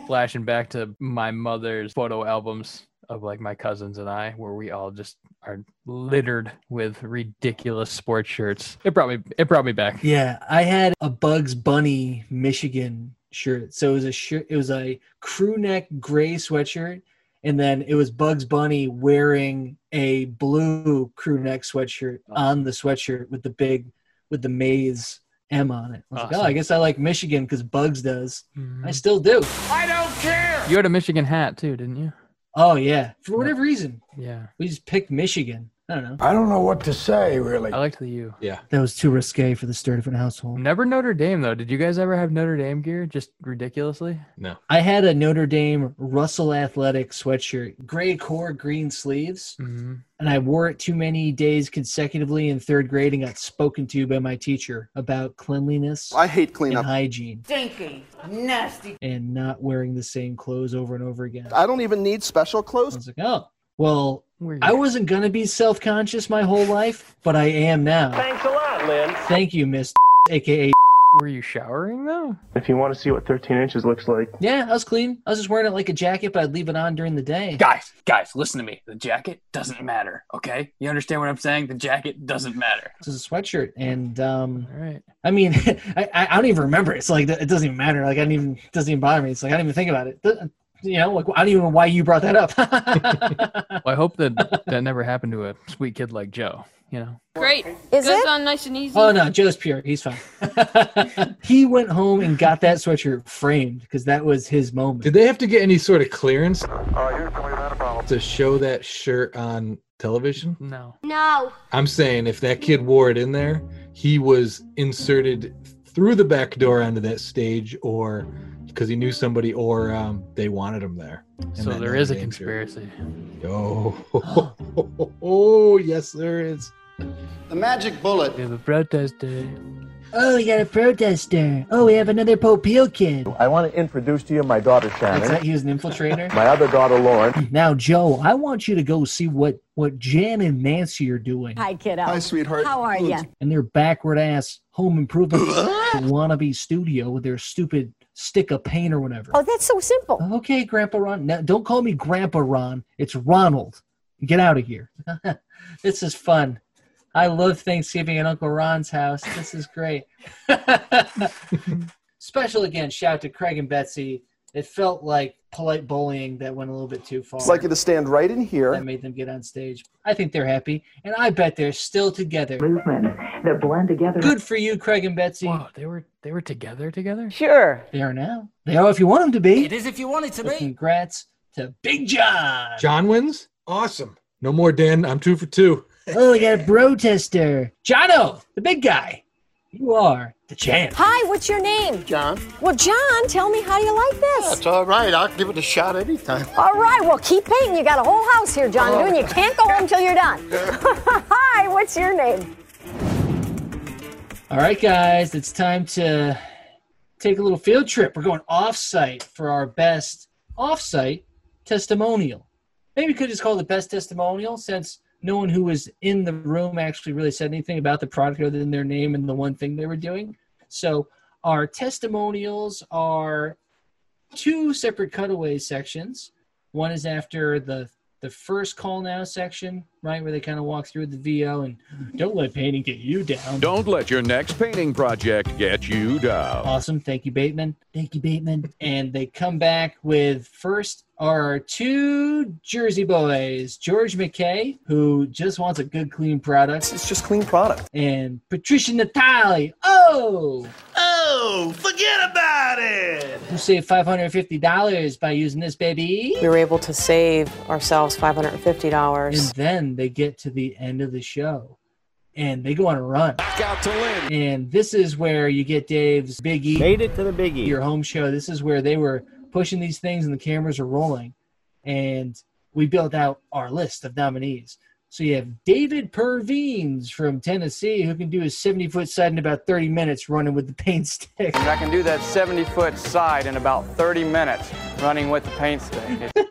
flashing back to my mother's photo albums of like my cousins and I, where we all just are littered with ridiculous sports shirts. It brought me, it brought me back. Yeah, I had a Bugs Bunny Michigan shirt. So it was a shirt. It was a crew neck gray sweatshirt, and then it was Bugs Bunny wearing a blue crew neck sweatshirt on the sweatshirt with the big, with the maze M on it. I was like, oh, I Awesome. guess I like Michigan because Bugs does. I still do. I don't care. You had a Michigan hat too, didn't you? Oh yeah, for whatever reason, Yeah. we just picked Michigan. I don't know. I don't know what to say, really. I liked the U. yeah That was too risque for the Sturtevant household. Never Notre Dame though. Did you guys ever have Notre Dame gear? Just ridiculously. no I had a Notre Dame Russell Athletic sweatshirt, gray core, green sleeves, Mm-hmm. and I wore it too many days consecutively in third grade and got spoken to by my teacher about cleanliness I hate and cleanup. hygiene Stinky, nasty. and not wearing the same clothes over and over again. I I don't even need special clothes. was like, oh, well, I wasn't going to be self conscious my whole life, but I am now. Thanks a lot, Lynn. Thank you, Miss, aka. Were you showering though? If you want to see what 13 inches looks like, Yeah, I was clean. I was just wearing it like a jacket, but I'd leave it on during the day. Guys, guys, listen to me. The jacket doesn't matter, okay? You understand what I'm saying? The jacket doesn't matter. It was a sweatshirt, and um, All right. I mean, I, I I don't even remember. It's like it doesn't even matter. Like I don't even it doesn't even bother me. It's like I don't even think about it. Th- You know, like I don't even know why you brought that up. Well, I hope that that never happened to a sweet kid like Joe. You know. Great. Is Goes it? on nice and easy. oh no, Joe's pure. He's fine. he went home and got that sweatshirt framed because that was his moment. Did they have to get any sort of clearance to show that shirt on television? No. No. I'm saying if that kid wore it in there, he was inserted through the back door onto that stage or because he knew somebody or um, they wanted him there. And So that there is a Notre Dame shirt. conspiracy. Oh, oh, yes, there is. The magic bullet We have a protest day. Oh, we got a protester. Oh, we have another Popeil kid. I want to introduce to you my daughter Shannon. It's not he was an infiltrator. my other daughter Lauren. Now, Joe, I want you to go see what what Jan and Nancy are doing. Hi, kiddo. Hi, sweetheart. How are you? And their backward ass home improvement wannabe studio with their stupid stick of paint or whatever. Oh, that's so simple. Okay, Grandpa Ron. Now, don't call me Grandpa Ron. It's Ronald. Get out of here. this is fun. I love Thanksgiving at Uncle Ron's house. This is great. Special again, shout out to Craig and Betsy. It felt like polite bullying that went a little bit too far. It's like you to stand right in here. that made them get on stage. I think they're happy, and I bet they're still together. Movement that blend together. Good for you, Craig and Betsy. Wow, they were they were together together. Sure. They are now. They are if you want them to be. It is if you want it to So be. congrats to Big John. John wins? Awesome. No more, Dan. I'm two for two. Oh, we got a protester. Jono, the big guy. You are the champ. Hi, what's your name? John. Well, John, tell me how you like this. That's all right. I'll give it a shot anytime. Oh. All right, well, keep painting. You got a whole house here, John, doing. You can't go home till you're done. Hi, what's your name? All right, guys, it's time to take a little field trip. We're going off-site for our best off-site testimonial. Maybe we could just call it the best testimonial since no one who was in the room actually really said anything about the product other than their name and the one thing they were doing. So our testimonials are two separate cutaway sections. One is after the the first call now section, right, where they kind of walk through the VO and don't let painting get you down. Don't let your next painting project get you down. Awesome. Thank you, Bateman. Thank you, Bateman. And they come back with first our two Jersey boys, George McKay, who just wants a good, clean product. It's just clean product. And Patricia Natali. Oh! Oh, forget about it. Who saved $550 by using this baby. We were able to save ourselves $550. And then they get to the end of the show and they go on a run. Out to win. And this is where you get Dave's Big E. Made it to the Big E. Your home show. This is where they were pushing these things and the cameras are rolling. And we built out our list of nominees. So you have David Pervines from Tennessee who can do his 70 foot side in about 30 minutes running with the paint stick. I can do that 70 foot side in about 30 minutes running with the paint stick. It's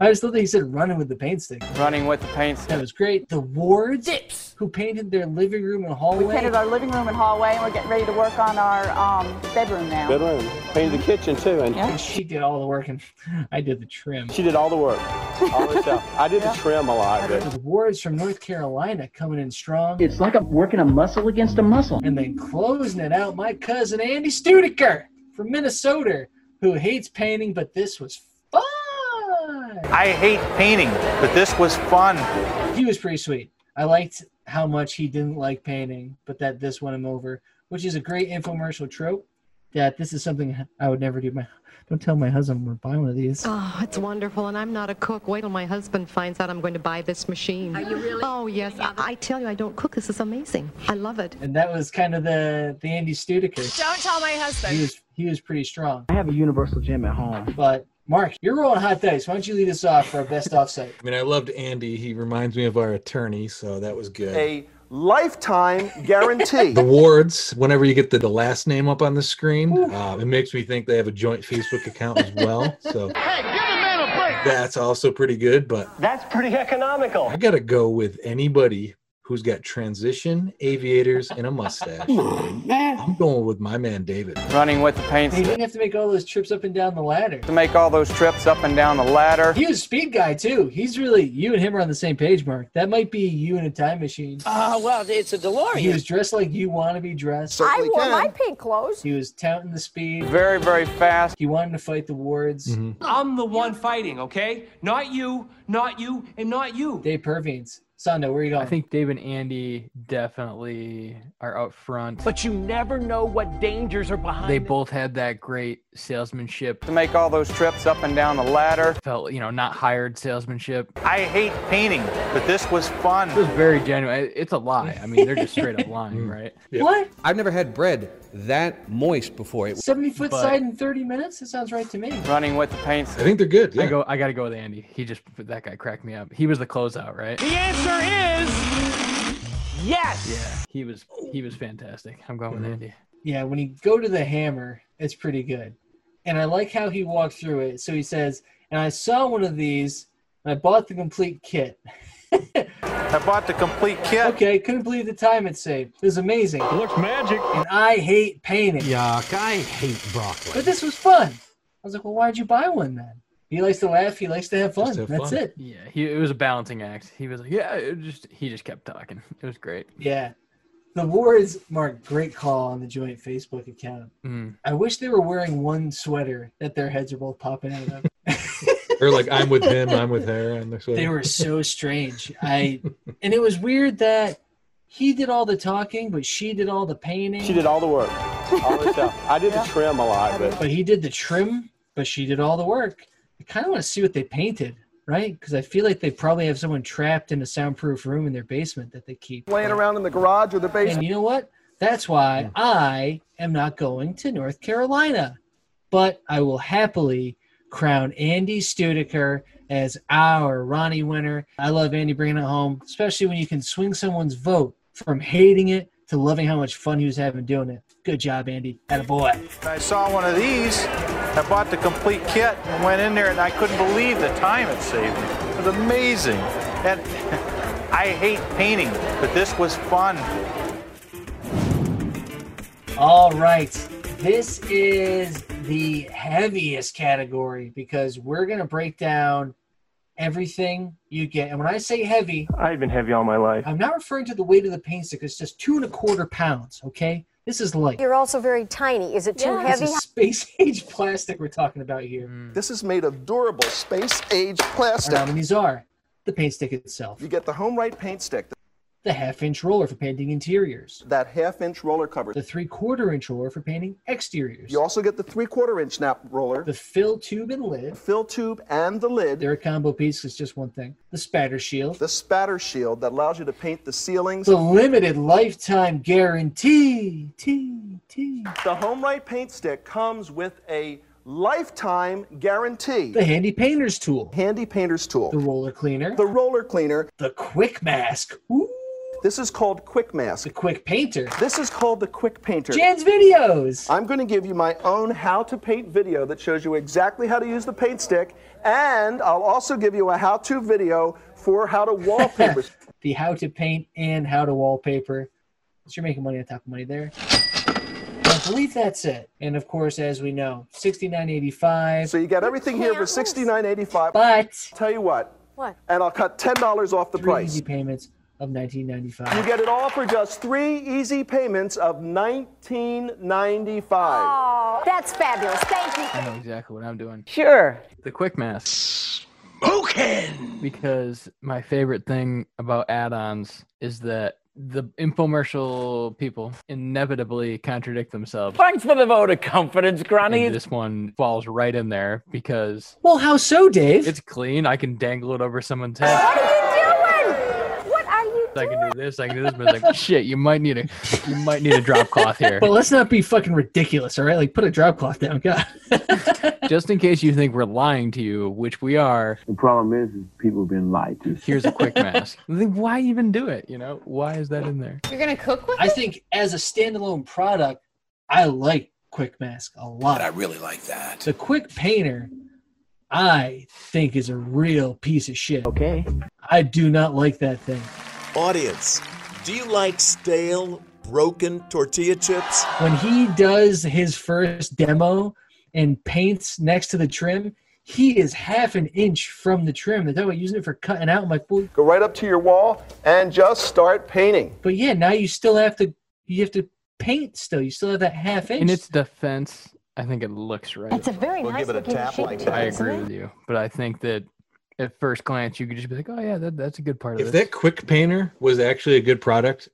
I just thought that he said running with the paint stick. running with the paint stick. That was great. The Wards who painted their living room and hallway. We painted our living room and hallway, and we're getting ready to work on our um, bedroom now. room. Painted the kitchen too, and And She did all the work and I did the trim. she did all the work, all the stuff. I did the trim a lot, but The Wards from North Carolina coming in strong. It's like I'm working a muscle against a muscle. And then closing it out, my cousin Andy Studiker from Minnesota, who hates painting, but this was fun. I hate painting, but this was fun. He was pretty sweet. I liked how much he didn't like painting, but that this won him over, which is a great infomercial trope. That this is something I would never do. My don't tell my husband we're buying one of these. Oh, it's wonderful, and I'm not a cook. Wait till my husband finds out I'm going to buy this machine. Are you really? Oh, yes. I, I tell you, I don't cook. This is amazing. I love it. And that was kind of the the Andy Studiker. Don't tell my husband. He was he was pretty strong. I have a universal gym at home. But Mark, you're rolling hot dice. Why don't you lead us off for our best offsite? I mean, I loved Andy. He reminds me of our attorney, so that was good. a lifetime guarantee. The Wards, whenever you get the, the last name up on the screen, uh, it makes me think they have a joint Facebook account as well. So that's also pretty good. But That's pretty economical. I got to go with anybody who's got transition, aviators, and a mustache. I'm going with my man, David. Running with the paint He stick. didn't have to make all those trips up and down the ladder. To make all those trips up and down the ladder. He was a speed guy too. He's really you and him are on the same page, Mark. That might be you in a time machine. Ah, well, it's a He was DeLorean. dressed like you want to be dressed. I wore my pink clothes. He was touting the speed. Very, very fast. He wanted to fight the wards. I'm the one fighting, okay? Not you, not you, and not you. Dave Pervines. Sando, where are you going? I think Dave and Andy definitely are out front. But you never know what dangers are behind. They both had that great salesmanship. To make all those trips up and down the ladder. Felt you know not hired salesmanship. I hate painting, but this was fun. It was very genuine. It's a lie. I mean, they're just straight up Mm-hmm. lying, right? What? I've never had bread that moist before. It 70 foot But- side in 30 minutes? That sounds right to me. Running with the paint I stick. think they're good. I Yeah. go. I gotta go with Andy. He just that guy cracked me up. He was the closeout, right? The answer is Yes. Yeah, he was he was fantastic. I'm going Mm-hmm. with Andy. Yeah, when you go to the hammer, it's pretty good. And I like how he walked through it. So he says, and I saw one of these and I bought the complete kit. I bought the complete kit. Okay, couldn't believe the time it saved. It was amazing. It looks magic. And I hate painting. Yuck, I hate broccoli. But this was fun. I was like, well, why'd you buy one then? He likes to laugh. He likes to have fun. That's it. Yeah, he, it was a balancing act. He was like, yeah, it just he just kept talking. It was great. Yeah. The Wards marked great call on the joint Facebook account. Mm. I wish they were wearing one sweater that their heads are both popping out of. Or like I'm with him, I'm with her, and this they were so strange. I and it was weird that he did all the talking, but she did all the painting. She did all the work. All the stuff. I did the trim a lot, but But he did the trim, but she did all the work. I kind of want to see what they painted, right? Because I feel like they probably have someone trapped in a soundproof room in their basement that they keep. Laying around in the garage or the And basement. you know what? That's why I am not going to North Carolina, but I will happily crown Andy Studiker as our Ronnie winner. I love Andy bringing it home, especially when you can swing someone's vote from hating it to loving how much fun he was having doing it. Good job, Andy. At a boy. I saw one of these. I bought the complete kit and went in there, and I couldn't believe the time it saved me. It was amazing. And I hate painting, but this was fun. All right. This is the heaviest category because we're going to break down everything you get. And when I say heavy, I've been heavy all my life. I'm not referring to the weight of the paint stick. It's just two and a quarter pounds, okay? This is light. You're also very tiny. Is it too This heavy? is space age plastic we're talking about here. This is made of durable space age Our plastic. nominees are the paint stick itself, You get the home right paint stick, the half inch roller for painting interiors, that half inch roller cover. the three quarter inch roller for painting exteriors, You also get the three quarter inch nap roller, the fill tube and lid. fill tube, and the lid. They're a combo piece, it's just one thing. The spatter shield, the spatter shield that allows you to paint the ceilings. the limited lifetime guarantee. T, T. The home right paint stick comes with a lifetime guarantee. The handy painter's tool, handy painter's tool. the roller cleaner, The roller cleaner. the quick mask, This is called quick mask. the quick painter, This is called the quick painter. Jan's videos. I'm going to give you my own how to paint video that shows you exactly how to use the paint stick, and I'll also give you a how to video for how to wallpaper. the how to paint and how to wallpaper. So you're making money on top of money there. I believe that's it. And of course, as we know, 69.85. so you got everything here for $69.85. but Tell you what, What? and I'll cut $10 off the three price. easy payments of 19.95. You get it all for just three easy payments of $19.95. Oh, that's fabulous. Thank you. I know exactly what I'm doing. Sure. The quick mask. Smoking. Because my favorite thing about add-ons is that the infomercial people inevitably contradict themselves. Thanks for the vote of confidence, Granny. And this one falls right in there because Well, how so, Dave? it's clean. I can dangle it over someone's head. What are you doing? What are you I can do this. I can do this. But it's like, shit, you might need a, you might need a drop cloth here, but let's not be fucking ridiculous, all right? Like, put a drop cloth down. God. just in case you think we're lying to you, which we are. The problem is, is people have been lied to. Here's a quick mask. Then Why even do it? You know, why is that in there? You're gonna cook with I think as a standalone product, I like Quick Mask a lot. I really like that. The Quick Painter, I think, is a real piece of shit. Okay. I do not like that thing. Audience, do you like stale, broken tortilla chips? When he does his first demo and paints next to the trim, he is half an inch from the trim. They're talking about using it for cutting out. I'm like, well, Go right up to your wall and just start painting. but yeah, now you still have to you have to paint still. You still have that half inch. In its defense, I think it looks right. It's a very We'll nice give it a looking tap shape like to that. I it, isn't agree it? with you, but I think that at first glance, you could just be like, "Oh yeah, that, that's a good part of If this." that quick painter was actually a good product,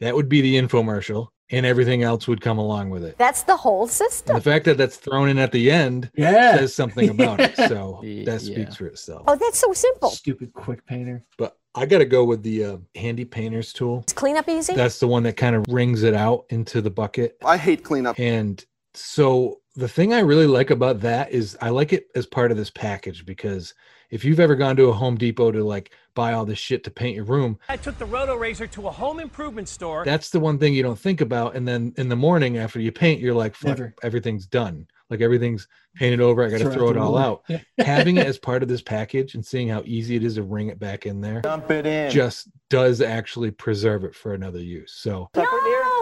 that would be the infomercial, and everything else would come along with it. That's the whole And system. the fact that that's thrown in at the end yeah. says something about it. So Yeah. that speaks for itself. Oh, that's so simple. Stupid Quick Painter. But I got to go with the uh, handy painter's tool. It's clean up easy. That's the one that kind of wrings it out into the bucket. I hate cleanup. And so the thing I really like about that is I like it as part of this package because if you've ever gone to a Home Depot to like buy all this shit to paint your room, I took the roto razor to a home improvement store. that's the one thing you don't think about. And then in the morning after you paint, you're like, fuck, Never. everything's done. Like everything's painted over. I got to Throw throw out it the all room. out. Yeah. Having it as part of this package and seeing how easy it is to ring it back in there Dump it in. just does actually preserve it for another use. So No,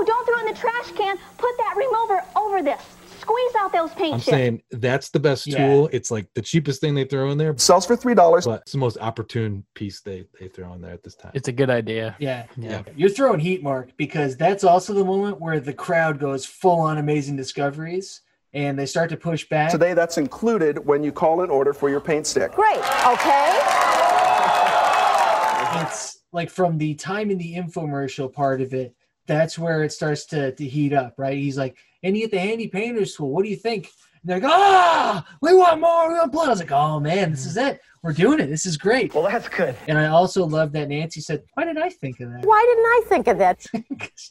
don't throw it in the trash can. Put that remover over this. Squeeze out those paint I'm chips. saying that's the best Yeah. tool. It's like the cheapest thing they throw in there. Sells for three dollars. But it's the most opportune piece they, they throw in there at this time. It's a good idea. Yeah. Yeah. You're throwing heat, Mark, because that's also the moment where the crowd goes full on amazing discoveries and they start to push back. Today, that's included when you call an order for your paint stick. Great. Okay. It's like from the time in the infomercial part of it, that's where it starts to, to heat up, right? He's like, and you get the handy painters tool. What do you think? And they're like, ah, we want more. We want blood. I was like, oh man, this is it. We're doing it. This is great. Well, that's good. And I also love that Nancy said, why did I think of that? Why didn't I think of that?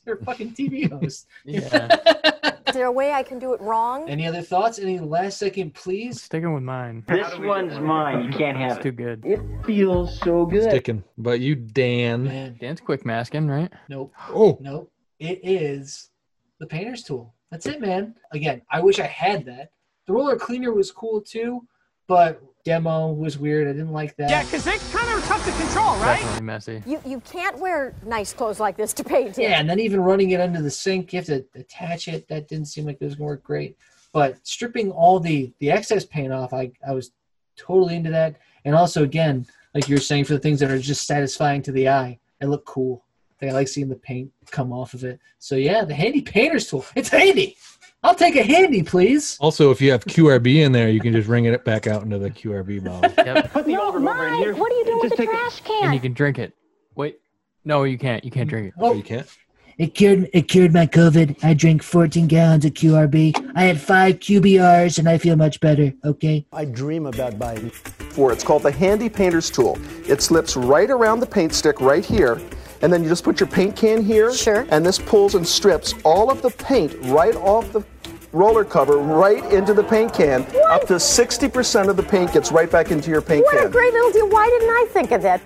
You're a fucking TV host. Is there a way I can do it wrong? Any other thoughts? Any last second, please? Sticking with mine. This one's mine. You can't have It's too good. It feels so Sticking. But you, Dan. Dan's quick masking, right? Nope. Oh. Nope. It is the painter's tool. That's it, man. Again, I wish I had that. The roller cleaner was cool too, but demo was weird. I didn't like that. Yeah, because it's kind of tough to control, right? Definitely messy. You you can't wear nice clothes like this to paint in. Yeah, and then even running it under the sink, you have to attach it. That didn't seem like it was gonna work great. But stripping all the the excess paint off, I I was totally into that. And also again, like you were saying, for the things that are just satisfying to the eye, it looked cool. I think I like seeing the paint come off of it. So yeah, the handy painter's tool. It's handy. I'll take a handy, please. Also, if you have QRB in there, you can just ring it back out into the QRB bottle. Put the old remover in here. What are you doing with the take it. trash And can? you can drink it. Wait. No, you can't. You can't drink it. Oh, you can't? It cured it cured my COVID. I drank 14 gallons of QRB. I had five QBRs and I feel much better. Okay. I dream about Biden. For it's called the Handy Painter's Tool. It slips right around the paint stick right here, and then you just put your paint can here. Sure. And this pulls and strips all of the paint right off the roller cover right into the paint can. Up to 60% of the paint gets right back into your paint What can. a great little deal. Why didn't I think of that?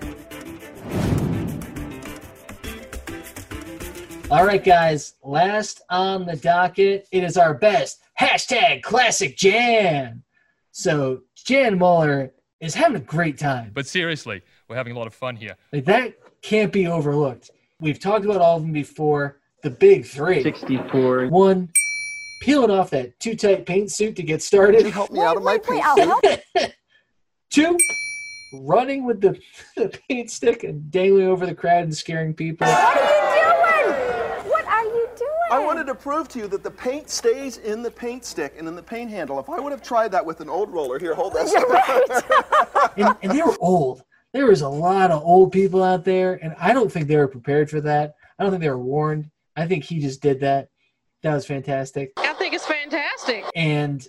All right, guys. Last on the docket, it is our best hashtag classic Jan. So Jan Muller is having a great time. But seriously, we're having a lot of fun here. Like that can't be overlooked. We've talked about all of them before. The big three. 64. One, peeling off that too tight paint suit to get started. help me out of my paint Two, running with the, the paint stick and dangling over the crowd and scaring people. What are you doing? I wanted to prove to you that the paint stays in the paint stick and in the paint handle. If I would have tried that with an old roller, here, hold this. and, and they were old. There was a lot of old people out there, and I don't think they were prepared for that. I don't think they were warned. I think he just did that. That was fantastic. I think it's fantastic. And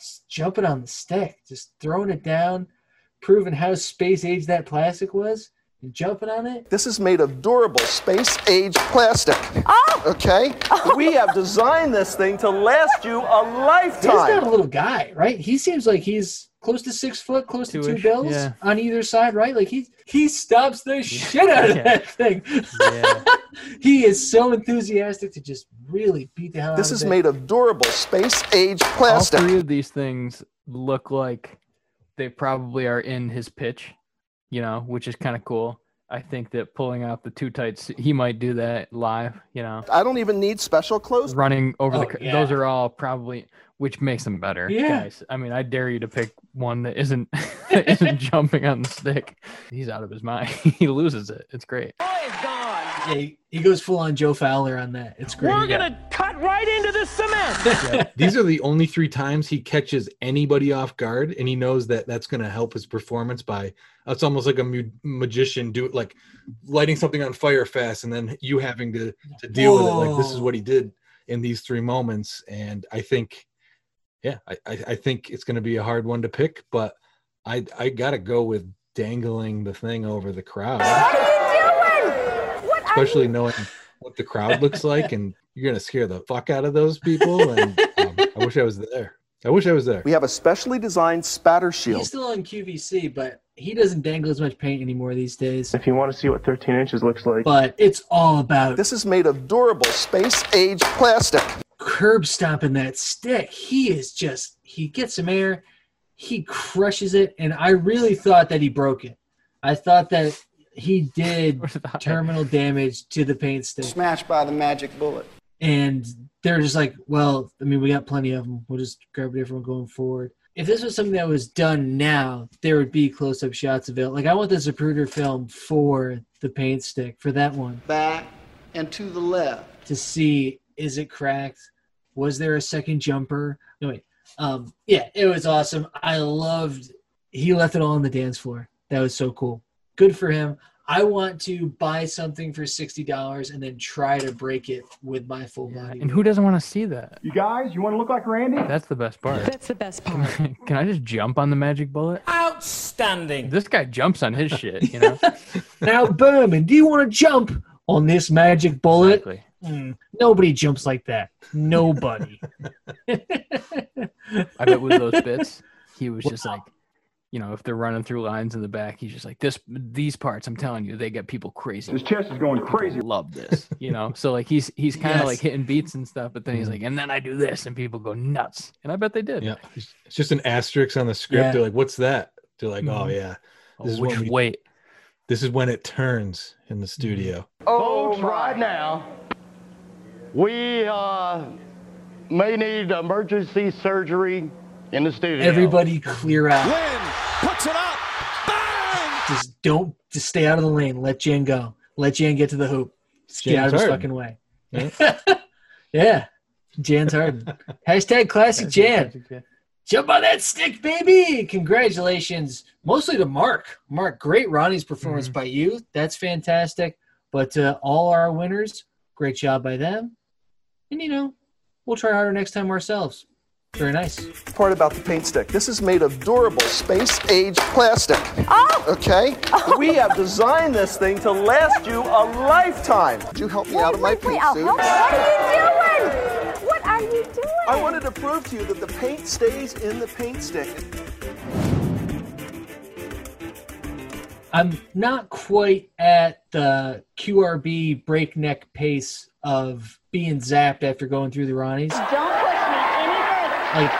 just jumping on the stick, just throwing it down, proving how space age that plastic was, and jumping on it. This is made of durable space age plastic. Okay? We have designed this thing to last you a He's not a lifetime. little guy, right? He seems like he's close to six foot, close to two Two-ish, bills yeah. on either side, right? Like he he stops the shit out of Yeah. that thing. he is so enthusiastic to just really beat the hell out This of is it. made of durable space age All plastic. three of these things look like they probably are in his pitch, you know, which is kind of cool. I think that pulling out the two tights, he might do that live, you know. I don't even need special clothes. Running over the, Oh, cr- yeah. those are all probably, which makes them better, Yeah. guys. I mean, I dare you to pick one that isn't that isn't jumping on the stick. He's out of his mind. he loses it. It's great. Yeah, he, he goes full on Joe Fowler on that. It's great. We're going to cut right into the cement. These are the only three times he catches anybody off guard, and he knows that that's going to help his performance by. It's almost like a mu- magician do like lighting something on fire fast, and then you having to to deal with it. Like this is Whoa. what he did in these three moments, and I think, yeah, I I, I think it's going to be a hard one to pick, but I I got to go with dangling the thing over the crowd especially knowing what the crowd looks like and you're gonna scare the fuck out of those people and um, Um, I wish I was there. I wish I was there. We have a specially designed spatter He's still on QVC, but he doesn't dangle as much paint anymore these days. If you want to see what 13 inches looks like. But it's all about. This is made of durable space age plastic. Curb stomping that stick. He is just, he gets some air, he crushes it, and I really thought that he broke it. I thought that he did terminal damage to the paint stick. Smashed by the magic bullet. and they're just like, well, I mean, we got plenty of them. We'll just grab a different one going forward. If this was something that was done now, there would be close-up shots of it. Like I want the Zapruder film for the paint stick for that one Back and to the left. to see is it cracked? Was there a second jumper? No wait. Um, yeah, it was awesome. I loved. He left it all on the dance floor. That was so cool. Good for him. I want to buy something for sixty dollars and then try to break it with my full body. And who doesn't want to see that? You guys, you want to look like Randy? That's the best part. That's the best part. Can I just jump on the magic bullet? Outstanding. This guy jumps on his shit, you know? now, Berman, do you want to jump on this magic bullet? Mm, nobody jumps like that. Nobody. I bet with those bits, he was just like, you know, if they're running through lines in the back, he's just like, this, these parts, I'm telling you, they get people crazy. His chest is going crazy. Love this, you know? So like he's, he's kind of Yes. like hitting beats and stuff, but then he's like, and then I do this and people go nuts. And I bet they did. Yeah, it's it's just an asterisk on the script. Yeah. They're like, "What's that?" They're like, "Oh Mhm. yeah, Oh, which we- wait. This is when it turns in Mm-hmm. the studio." Folks, right now, we uh, may need emergency surgery in the studio. Everybody clear out. puts it up. Just don't just stay out of the lane. Let Jen go. Let Jen get to the hoop. Just get Jan's out of his Harden. fucking way. yeah. Jan's Harden. Hashtag classic Jan. Jump on that stick, baby. Congratulations. Mostly to Mark. Mark, great Ronnie's performance by you. That's fantastic. But uh, all our winners, great job by them. And, you know, we'll try harder next time ourselves. Very nice. Part about the paint stick. This is made of durable space age plastic. Oh! Okay? We have designed this thing to last you a lifetime. Could you help me out of my paint Wait, I'll suit? help. What are you doing? What are you doing? I wanted to prove to you that the paint stays in the paint stick. I'm not quite at the QRB breakneck pace of being zapped after going through the Ronnies. Like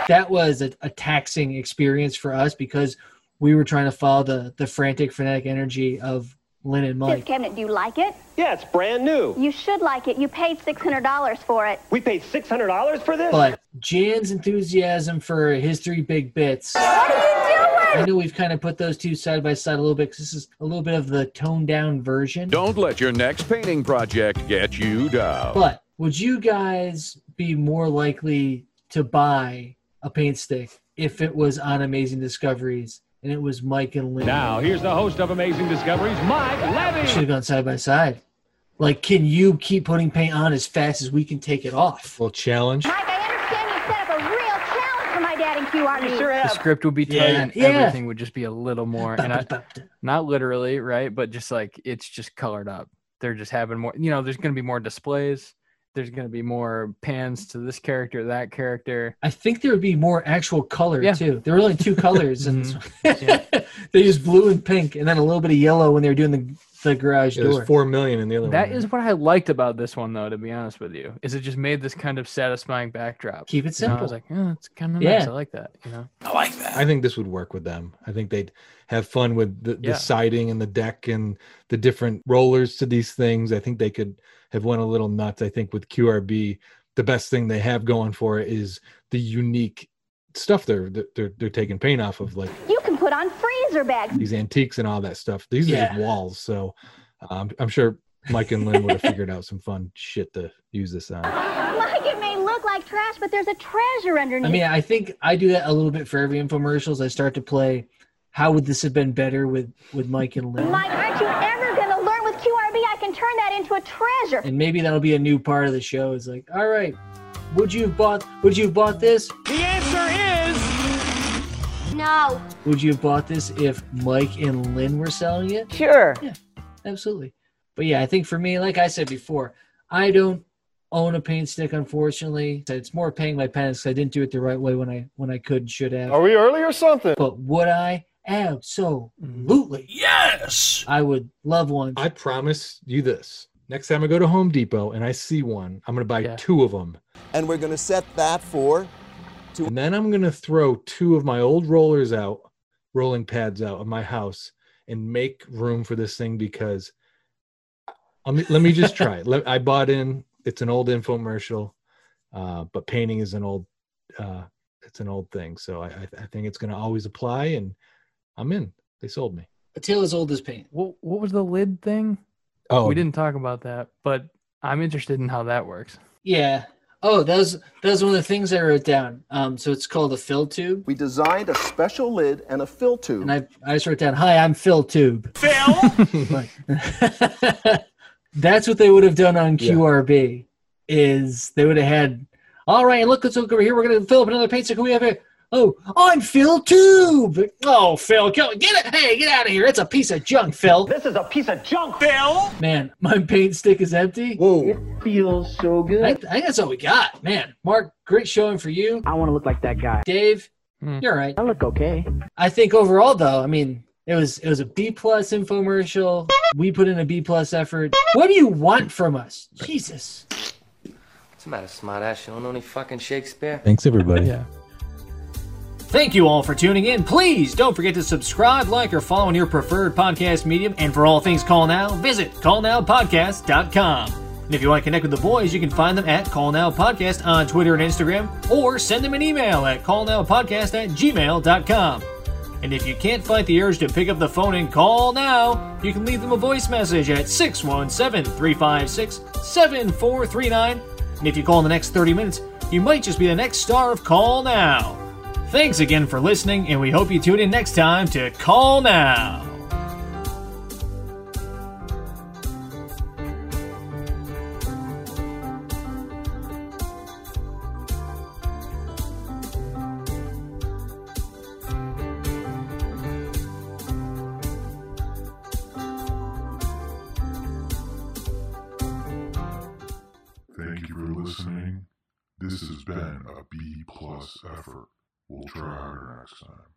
that was a, a taxing experience for us because we were trying to follow the the frantic frenetic energy of Lynn and This Mike. cabinet, do you like it? Yeah, it's brand new. You should like it. You paid $600 for it. We paid $600 for this? But Jan's enthusiasm for his three big bits. I know we've kind of put those two side by side a little bit 'cause this is a little bit of the toned down version. Don't let your next painting project get you down. But would you guys be more likely to buy a paint stick if it was on Amazing Discoveries and it was Mike and Lynn? Now, here's the host of Amazing Discoveries, Mike Should have Levy. gone side by side. Like, can you keep putting paint on as fast as we can take it off? Well, challenge. Set up a real challenge for my dad and QRB. E. The script would be tight Yeah. and Yeah. everything would just be a little more and I, not literally, right? But just like it's just colored up. They're just having more, you know, there's going to be more displays. There's going to be more pans to this character, that character. I think there would be more actual color too. There were only two colors, and Mm-hmm. they used blue and pink, and then a little bit of yellow when they were doing the, the garage Yeah, door. there's four million in the other That one. is what I liked about this one, though, to be honest with you, is it just made this kind of satisfying backdrop. Keep it You know, I simple. was like, oh, it's kind of nice. Yeah. I like that. You know, I think this would work with them. I think they'd have fun with the, Yeah. the siding and the deck and the different rollers to these things. I think they could have went a little nuts. I think with QRB, the best thing they have going for it is the unique stuff they're they're they're taking paint off of, like You can put on freezer bags. these antiques and all that stuff. These are just Yeah. walls, so um, I'm sure Mike and Lynn would have figured out some fun shit to use this on. Mike, it may look like trash, but there's a treasure underneath. I mean, I think I do that a little bit for every infomercials. I start to play. How would this have been better with with Mike and Lynn? Mike, aren't you ever going to learn with QRB I can turn that into a treasure? And maybe that'll be a new part of the show. Is like, all right, would you have bought? Would you have bought this? The answer No. Would you have bought this if Mike and Lynn were selling it? Sure. Yeah, absolutely. But yeah, I think for me, like I said before, I don't own a paint stick, unfortunately. So It's more paying my penance 'cause I didn't do it the right way when I when I could and should have. Are we early or something? Mm-hmm. But would I? Absolutely. Yes. I would love one. I promise you this. Next time I go to Home Depot and I see one, I'm going to buy two of them. And we're going to set that for And then I'm going to throw two of my old rollers out, rolling pads out of my house and make room for this thing because let me, let me just try it. Let- I bought in, it's an old infomercial, uh, but painting is an old, uh, it's an old thing. So I, I I think it's going to always apply and I'm in. They sold me. A tail as old as paint. What, what was the lid thing? Oh. we didn't talk about that, but I'm interested in how that works. Yeah. Oh, that was that was one of the things I wrote down. Um, so it's called a fill tube. We designed a special lid and a fill tube. And I I just wrote down, "Hi, I'm Phil Tube." Phil. That's what they would have done on QRB. Is they would have had, all right, look, let's look over here. We're gonna fill up another paint stick. Who we have here? Oh, I'm Phil Tube. Oh, Phil, go, get it! Hey, get out of here. It's a piece of junk, Phil. This is a piece of junk, Phil. Man, my paint stick is empty. Whoa. It feels so good. I, I think that's all we got. Man, Mark, great showing for you. I want to look like that guy. Dave, you're all right. I look okay. I think overall though, I mean, it was it was a B plus infomercial. We put in a B plus effort. What do you want from us? Jesus. What's the matter, smart ass? You don't know any fucking Shakespeare? Thanks, everybody. yeah. Thank you all for tuning in. Please don't forget to subscribe, like, or follow on your preferred podcast medium. And for all things Call Now, visit callnowpodcast.com. And if you want to connect with the boys, you can find them at Call Now Podcast on Twitter and Instagram, or send them an email at callnowpodcast at gmail.com. And if you can't fight the urge to pick up the phone and call now, you can leave them a voice message at 617 356 7439. And if you call in the next 30 minutes, you might just be the next star of Call Now. Thanks again for listening, and we hope you tune in next time to Call Now. Thank you for listening. This has been a B plus effort. We'll try harder next time.